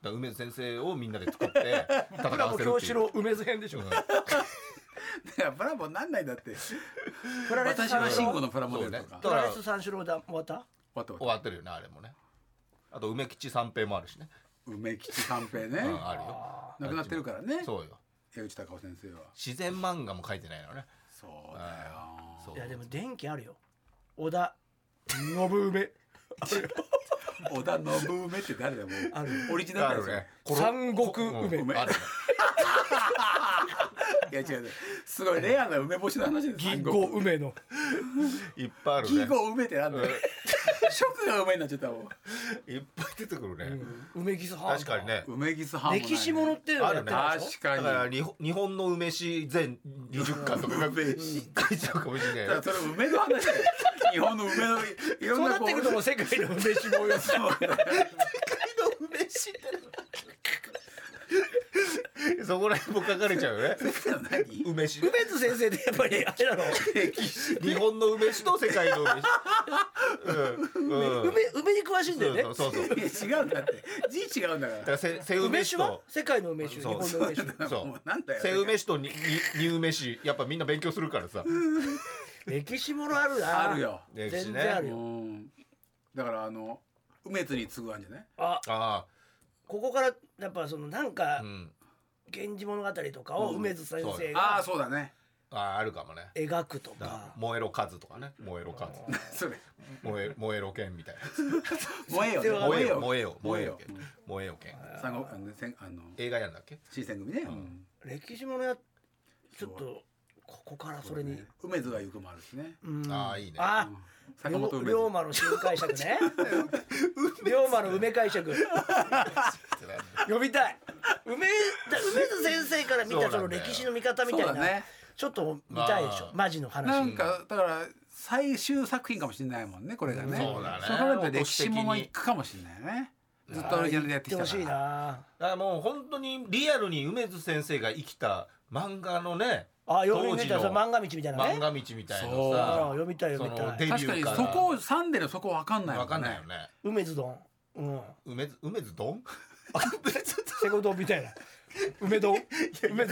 B: ら梅津先生をみんなで作
C: [laughs]
B: って戦
C: プラ
B: わ
C: の
B: せる
C: 京
B: ってい
C: 志
B: う
C: 郎梅津編でしょ
D: いやブラボーなんないんだって
C: プラレス
D: 私は
C: 三四
D: 慎
C: 郎
D: 吾のプラモデルとか、
B: そう
C: プ
B: ね
C: ラレス三四郎だ終わった
D: あと
B: 終わってるよねあれもねあと梅吉三平もあるしね
D: 梅吉三平ね、
B: うんあるよ
D: 亡くなってるからね
B: そうよ
D: 江口孝夫先生は
B: 自然漫画も書いてないのね
D: そうだよ
B: そう
C: いやでも電気あるよ小田信梅
D: 織田信梅って誰だよもう
C: ある
D: オリジナ
B: あ
D: ル
B: る
D: だよ
B: ね
C: [laughs] 三国梅
B: うんあるね
D: それいや違う違うすごいレアな梅干しの話です
C: 銀行梅の
B: いっぱいあるね
D: 銀行梅ってなんだよ食が梅になっちゃったもん
B: いっぱい出てくるね、
C: 梅木さん
B: 確かにね
D: 梅キスハーモ
C: 歴史ものっていうのやって
B: あ
C: る
B: る
C: でし
D: 確
B: だ
D: かに
B: から日本日本の梅酒全20巻とかが書いちゃうかもしれない
C: [laughs]
D: だ
B: よ
D: からそれ梅の話だよ日本の梅のい
C: ょそ
D: ろん
C: う
D: な
C: なってくるともう世界の梅
B: [laughs]
C: 酒もよ
D: そうだよ
B: そそこら辺も書かれちゃうよね
D: 何
B: 梅酒
C: [laughs] 梅津先生ってやっぱりあれなの
B: 日本の梅酒と世界の梅
C: [laughs]
B: 酒、うんうん、
C: 梅梅に詳しいんだよね
B: そうそうそうそうだ
D: いや違うんだって字違うんだから
B: からせせ梅
C: 梅酒
B: 酒
C: は
B: と
C: 世界の梅酒日
B: そう
C: 本の梅酒
B: そ
D: もう
B: う
D: なんだよ
B: せ梅酒とににに梅酒やっぱみんな勉強するからさ
C: 歴史ものあるな
D: あるよ
B: 歴史
C: 全
B: ね
C: 然ある
D: う
C: よ
D: んだからあの梅津に次ぐあんじゃない
C: あ
B: あ
C: ここからやっぱそのなんか
B: あうん
C: 「源氏物語」とかを
D: うん
C: 梅津先生
D: ああ
C: が
D: そうだね
B: あああるかもね
C: 描くとか
B: 燃えろ数とかね燃えろ数
D: それ
B: 燃え燃えろ剣みたいな
D: 燃えよね [laughs]
C: 全然わかんない
B: 燃えよ燃えよ燃
D: 燃
B: え
D: え
B: よ
D: よ
B: 剣燃えよ剣
D: 産後あの戦あの
B: 映画やんだっけ
D: 新選組ね
B: ん
D: うん
C: 歴史ものやちょっとここからそれに
D: 梅津が行くもあるしね
C: うん
B: ああいいね
C: あ
D: うん
C: 龍
D: 坂本梅
C: 龍
D: 津
C: 馬の新解
B: [laughs]
C: 釈ね龍馬の梅解釈呼びたい梅だ梅津先生から見
B: そうな
C: た
B: んだ
C: そ
B: よ
C: の歴史の見方みたい
D: そ
C: な、
D: うだね
C: ちょっと見たいでしょ、
B: まあ
C: マジの
D: な
C: 話
D: んかだから最終作品かもしれないもんねこれがね
B: そうだね
D: それで歴史もの行くかもしれないねずっとオリジナルでやってきた
C: 言
D: か
C: ほしい
D: ら
C: な
B: だからもう本当にリアルに梅津先生が生きた漫画のね
C: あ読み見た
B: 当
C: そ
B: 時
C: れ
B: の
C: 漫画道みたいなね
B: 漫画道みたいな
D: そう
C: あら
B: さ
C: 読みたい
B: そ
C: 読み
B: の
C: た
B: デ
C: い
B: ビュ
D: 確か
B: ー
D: に
B: から
D: そこをサンデーのそこわかんないも
B: わ
D: ね
B: かんないよね
C: 梅津丼うん
B: 梅津梅津丼
C: セコ丼みたいな梅丼梅津
B: [laughs]
C: 丼
B: 梅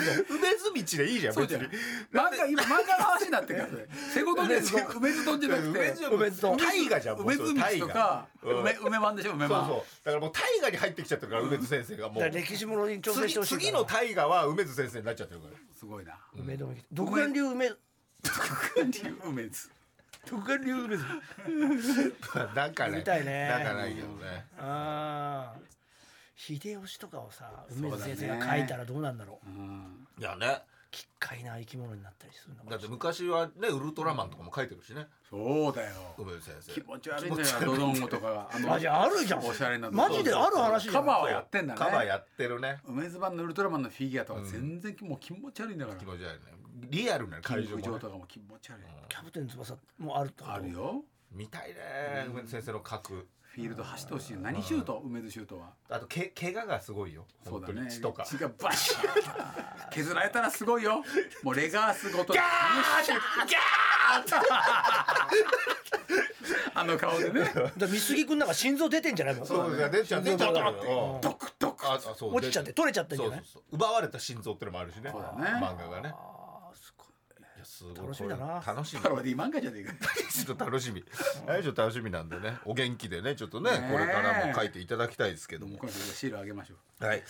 B: 津道でいいじゃん
D: そう
B: 別
D: じゃん
B: に
D: 漫画今漫画の話になってるからねセコドンで梅津丼じゃなくて
B: 梅津梅津丼大河じゃんもう
D: 梅
B: それ
D: 津飯と
B: 大
D: か
B: 河うん
D: 梅梅まんでしょ梅
B: そ
D: ま
B: うんそうだからもう大河に入ってきちゃってるから梅津先生がも
C: だから
B: う
C: 歴史ものに挑戦
B: 次
C: してほしいから
B: 次の大河は梅津先生になっちゃってるから
D: すごいな
C: 梅丼独眼流梅
D: 梅津
C: 独眼流梅津
B: なんかね
C: 見たいね
B: なんかないけどね
C: ああ秀吉とかをさ梅津先生が書いたらどうなんだろう
D: うん
B: いやね
C: 奇怪な生き物になったりするのか
B: だ
C: な
B: って昔はねウルトラマンとかも書いてるしね
D: そうだよ
B: 梅津先
D: 気
B: 生
D: 持ち悪いんだよドドンゴとかがあの
C: マジあるじゃん
D: おしゃれな
C: マジである話じゃ
D: カ
C: ん
D: バーをやってんだね
B: カバーやってるね
D: 梅津版のウルトラマンのフィギュアとか全然もう気持ち悪いんだから
B: 気持ち悪いねリアルな会場も
D: 会場
B: ね
D: とかも気持ち悪い
C: キャプテン翼もあるってこと
D: あるよ
B: 見たいね梅津先生の書く
D: フィールド走ってほしいよ何シュート梅津シュートは
B: あとけ怪我がすごいよ
D: そう
B: 本
D: だ
B: 当
D: ね
B: に血とか
D: 血がバシャー削られたらすごいよもうレガースごとガーあの顔でね
C: だから美杉君なんか心臓出てんじゃないの
B: そうだね出ちゃう出ちゃう
C: 心臓
B: うん
D: ドクドク
B: ああそう
C: 落ちちゃって取れちゃってんじゃない
B: そうそうそう奪われた心臓ってのもあるしね
D: そうだね
B: 漫画がね
C: あーすごい
B: いやすごい
C: 楽しみだ
B: こ
C: な
B: れ楽しみ
D: パロディ漫画じゃねえか
B: ちょっと楽しみ。来週楽しみなんでね、お元気でね、ちょっとね、
D: ねえ
B: これからも書いていただきたいですけど
D: もう
B: も。
D: これシールあげましょう
B: はい。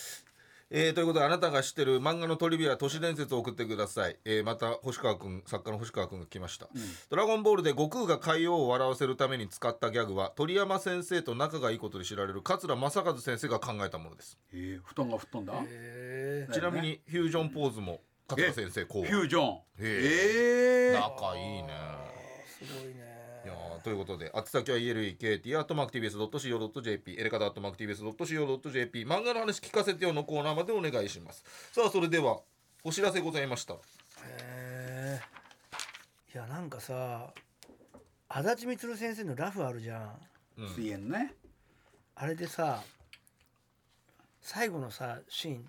B: えー、ということであなたが知ってる漫画のトリビア都市伝説を送ってください、えー、また星川くん作家の星川くんが来ました、ドラゴンボール」で悟空が海王を笑わせるために使ったギャグは鳥山先生と仲がいいことで知られる桂正和先生が考えたものです、
D: えー布団が吹っ飛んだ
C: へ
B: ちなみにフュージョンポーズも桂先生考
D: フ
B: 案
D: ュージョン
B: へ
D: えー
B: 仲いいね
C: えすごいね
B: いやーということで、宛先は elekt.mactvs.co.jp、エレカタ .mactvs.co.jp、漫画の話聞かせてよのコーナーまでお願いします。さあ、それでは、お知らせございました。
C: へえいやなんかさ足立光先生のラフあるじゃん
D: 水炎ね
C: あれでさ最後のさシーン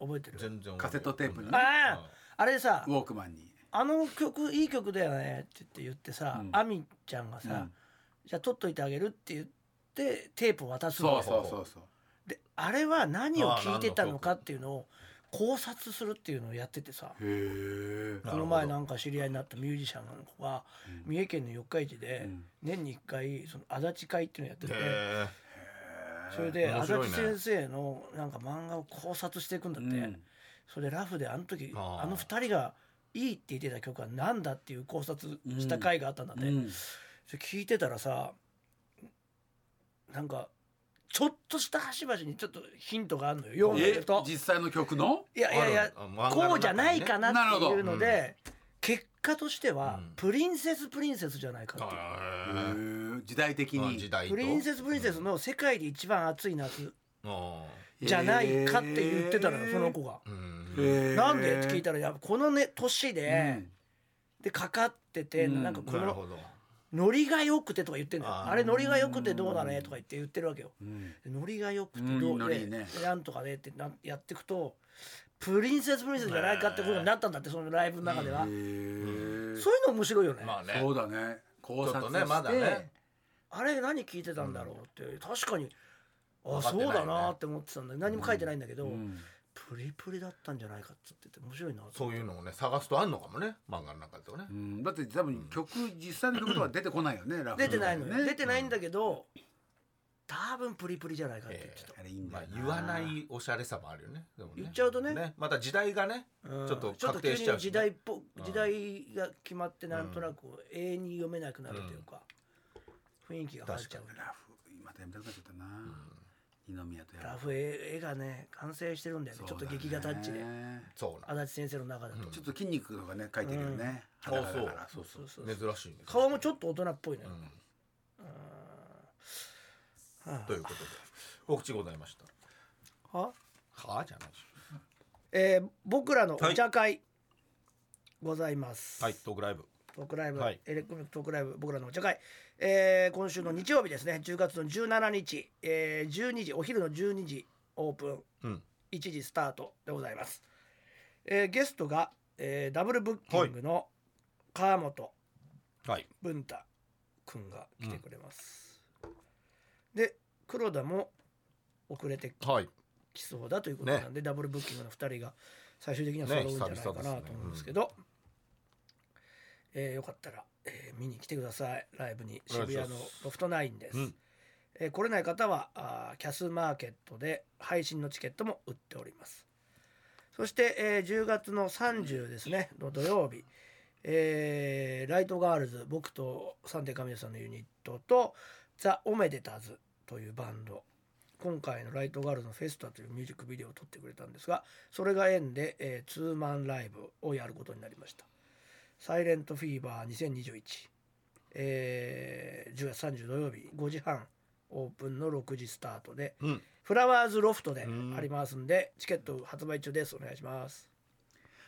C: 覚えてる
B: 全然。
D: カセットテープにね
C: あああれでさ
D: ウォークマンに
C: あの曲いい曲だよねって言って言ってさ、
D: うん
C: アミちゃんがさ、
D: うん
C: じゃあ取っといてあげるって言ってテープを渡すの
D: そ
C: よ
D: うそうそうそう
C: であれは何を聞いてたのかっていうのを考察するっていうのをやっててさ
D: へえ
C: この前なんか知り合いになったミュージシャンの子が三重県の四日市で
D: うん
C: 年に1回その足立会っていうのやってて
B: へえ。
C: それで
B: 面
C: 足
B: 白いね
C: 立先生のなんか漫画を考察していくんだって、
D: うん
C: それラフであの時
B: あ
C: あ
B: ー
C: の2人がいいって言ってた曲は何だっていう考察した回があったんだって、
D: うん
C: それ聞いてたらさなんかちょっとした端々にちょっとヒントがあるのよ読んで
D: え
C: ると。
D: 実際の曲の
C: いやいやいや
B: あるあ漫画の中にね
C: こうじゃないかなっていうの
B: な
C: で、結果としては
B: うん
C: プリンセスプリンセスじゃないかっていう。
D: へ
B: へえ
D: ー時代的
B: まあ
D: に
B: 時代と。
C: プリンセスプリンセスの世界で一番暑い夏
B: あ
C: じゃないかって言ってたのよその子が。
B: ー。うん。
C: なんでって聞い
D: た
C: たらやっぱこのね年で、でかかってて、
D: うん
C: なんかこ
B: なる
C: の
B: ほど。
C: ノリが良くてとか言ってんのよ
B: あ
C: あ
B: ー
C: れノリが良くてどうだねとか言って言ってるわけよ。
D: うん
C: ノリが良くてど
D: うんノ
C: うで、
D: リね
C: なんとかでってなんやっていくとプリンセスプリンセスじゃないかってことになったんだってそのライブの中では、
D: へー
C: そういうの面白いよね、
B: まあね
D: そうだね考
B: ちょっ
D: 察
B: と
D: して
B: ねまだね
C: あれ何聞いてたんだろうって確かにあ
B: 分かってない
C: そ
B: よ
C: う
B: ね
C: だなって思ってたんだけど何も書いてないんだけど、
D: うん
C: プリプリだったんじゃないかっつってて面白いな
B: そういうのをね探すとあんのかもね漫画の中でとね
D: うんだって多分曲実際の曲とか出てこないよねラフ
C: 出てないの
D: ね
C: ね出てないんだけど多分プリプリじゃないかって言ってた、
D: あれいいん
B: まあ
D: だよな
B: 言わないおしゃれさもあるよねでもね
C: 言っちゃうとね
B: また時代がね
C: うん
B: ちょっと確定しちゃうし
C: ちょっと急に時代
B: ね
C: っぽ
B: うん
C: 時代が決まってなんとなく永遠に読めなくなるというか、雰囲気が変わっちゃうね
D: ラフ今でも出なくなっちゃったな二宮とや
C: ラフ絵絵がね完成してるんだよねちょっと劇画タッチで
B: そうな
C: 足立先生の中だと、
D: ちょっと筋肉とかね書いてるよね
B: うん
D: 裸だから
B: あ
D: そうそう
C: そうそう
B: の珍しいね
C: 顔もちょっと大人っぽいの
B: う
C: よ、
B: ん
C: は
B: ということでお口ございました
C: あは
B: はあじゃないでし
C: えー僕らの
B: はい
C: お茶会ございます、
B: ょはいトークライブ
C: トークライブ、
B: はい
C: エレクトークライブ僕らのお茶会、えー今週の日曜日ですね10月の17日、えー12時お昼の12時オープン
B: うん
C: 1時スタートでございます、えーゲストが、えーダブルブッキングの川本
B: はい
C: 文太くんが来てくれます、で黒田も遅れて
B: はい
C: きそうだということなんで、ダブルブッキングの2人が最終的には揃うんじゃないかなと思うんですけど、えーよかったら、えー見に来てくださいライブに
B: お願
C: 渋
B: いします
C: 谷のロフトナインです、
B: うん
C: えー来れない方はあーキャスマーケットで配信のチケットも売っておりますそして、えー10月の30ですねの土曜日えーライトガールズ僕とサンデーカミネさんのユニットとザ・オメデターズというバンド今回の「ライトガールズのフェスタ」というミュージックビデオを撮ってくれたんですがそれが縁で、えーツーマンライブをやることになりました「サイレントフィーバー2021」えー10月30土曜日5時半オープンの6時スタートで
B: うん
C: フラワーズロフトで
B: うん
C: ありますんでチケット発売中ですお願いします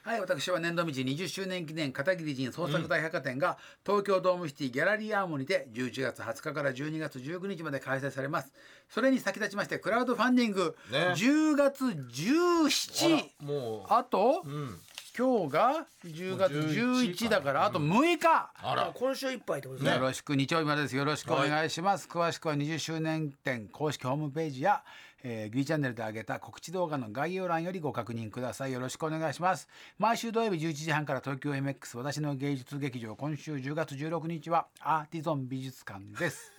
D: はい私は年度道20周年記念片桐仁創作大百貨店が東京ドームシティギャラリーアーモにて11月20日から12月19日まで開催されますそれに先立ちましてクラウドファンディング
B: ね
D: 10月
B: あ
D: 17
B: らも
D: あと
B: ううん
D: 今日が10月11だからあと6日
B: あら
C: 今週いっぱいってことですね
D: よろしく日曜日までですよろしくお願いします、詳しくは20周年展公式ホームページや、えー、B チャンネルで上げた告知動画の概要欄よりご確認くださいよろしくお願いします毎週土曜日11時半から東京 MX 私の芸術劇場今週10月16日はアーティゾン美術館です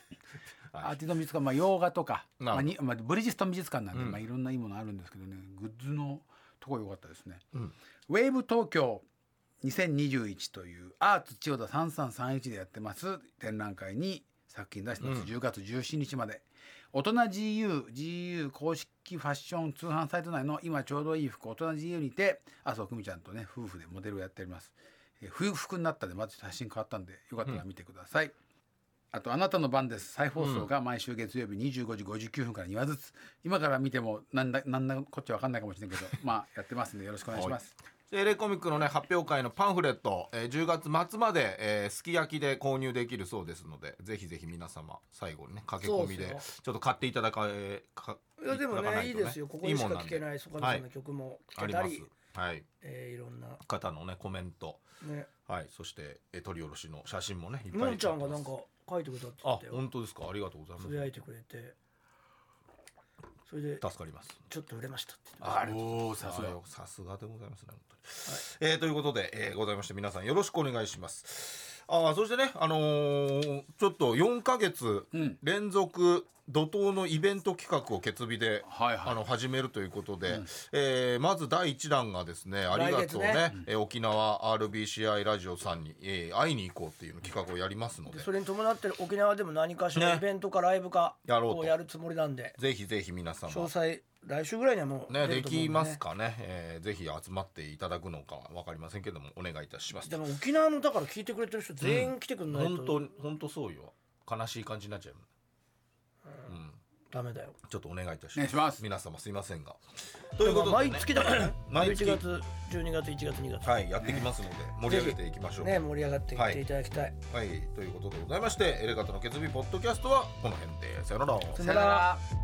D: アーティゾン美術館、まあ、洋画とか、
B: なる
D: まあ
B: ほど
D: にまあ、ブリヂストン美術館なんで、まあ、いろんないいものあるんですけどねグッズのとこ良かったですね、
B: ん
D: ウェーブ東京2021というアーツ千代田3331でやってます展覧会に作品出してます、10月17日まで大人 GU GU 公式ファッション通販サイト内の今ちょうどいい服大人 GU にて麻生久美ちゃんとね夫婦でモデルをやっております、えー冬服になったんでまず写真変わったんでよかったら見てください、あと「あなたの番」です再放送が毎週月曜日25時59分から2話ずつ今から見てもなんだなんだこっちゃ分かんないかもしれな
B: [laughs]
D: いけどまあやってますんでよろしくお願いします。
B: エレコミックのね発表会のパンフレット、えー10月末まで、えーすき焼きで購入できるそうですのでぜひぜひ皆様最後にね駆け込みで
C: そうです
B: ちょっと買っていただか,、えーか
C: いやでも
B: ただかな
C: ねいい
B: と
C: ですよここにしか聞けない
B: い
C: 曽我さん
B: は
C: の
B: い
C: 曲も
B: あ
C: 聞け
B: り
C: た
B: ま
C: り、
B: すはい
C: えーいろんな
B: 方のねコメント
C: ね
B: はいそして、えー、撮り下ろしの写真もねいっぱい
C: のんちゃんが
B: 撮
C: な
B: っ
C: ん
B: てま
C: か書いてくれたって
B: す
C: 言っ
B: あ
C: てよ
B: 本当ですかありがとうござい
C: つぶや
B: ま
C: いてくれてそれです
B: 助かります
C: ちょっと売れましたって言って
B: ありがとうございます
D: お
B: さ
D: お
B: すがよさすがでございますね本当に、えーということで、えーございまして皆さんよろしくお願いしますあーそしてねあのーちょっと4ヶ月
D: ん
B: 連続怒涛のイベント企画を決日で、
D: はいはい
B: あの始めるということで、えーまず第1弾がですねありがとう
C: 来
B: ねえー沖縄 RBCI ラジオさんに、えー会いに行こうっていう企画をやりますので
C: でそれに伴って沖縄でも何かしら
B: ね
C: イベントかライブか
B: やろうと
C: をやるつもりなんで、
B: ぜひぜひ皆様
C: 詳細来週ぐらいにはもう
B: ね、
C: 出
B: で
C: ると思うん
B: きますかね、えーぜひ集まっていただくのかは分かりませんけどもお願いいたします
C: でも沖縄のだから聞いてくれてる人全員来てくんない
B: 本当
C: と
B: に本当そうよ悲しい感じになっちゃう、うん、
C: ダメだよ、
B: ちょっとお願いいたし
D: お
B: ま
D: 願い
B: す
D: します
B: 皆様すいませんがということで、
C: 毎
B: ね、
C: 月だからね
B: 毎月
C: 11月12月1月2月、
B: はいやってきますので、盛り上げていきましょう、
C: ね盛り上がっていっていただきたい
B: はいということでございましてエレガタの決意ポッドキャストはこの辺でさよなら
C: さよなら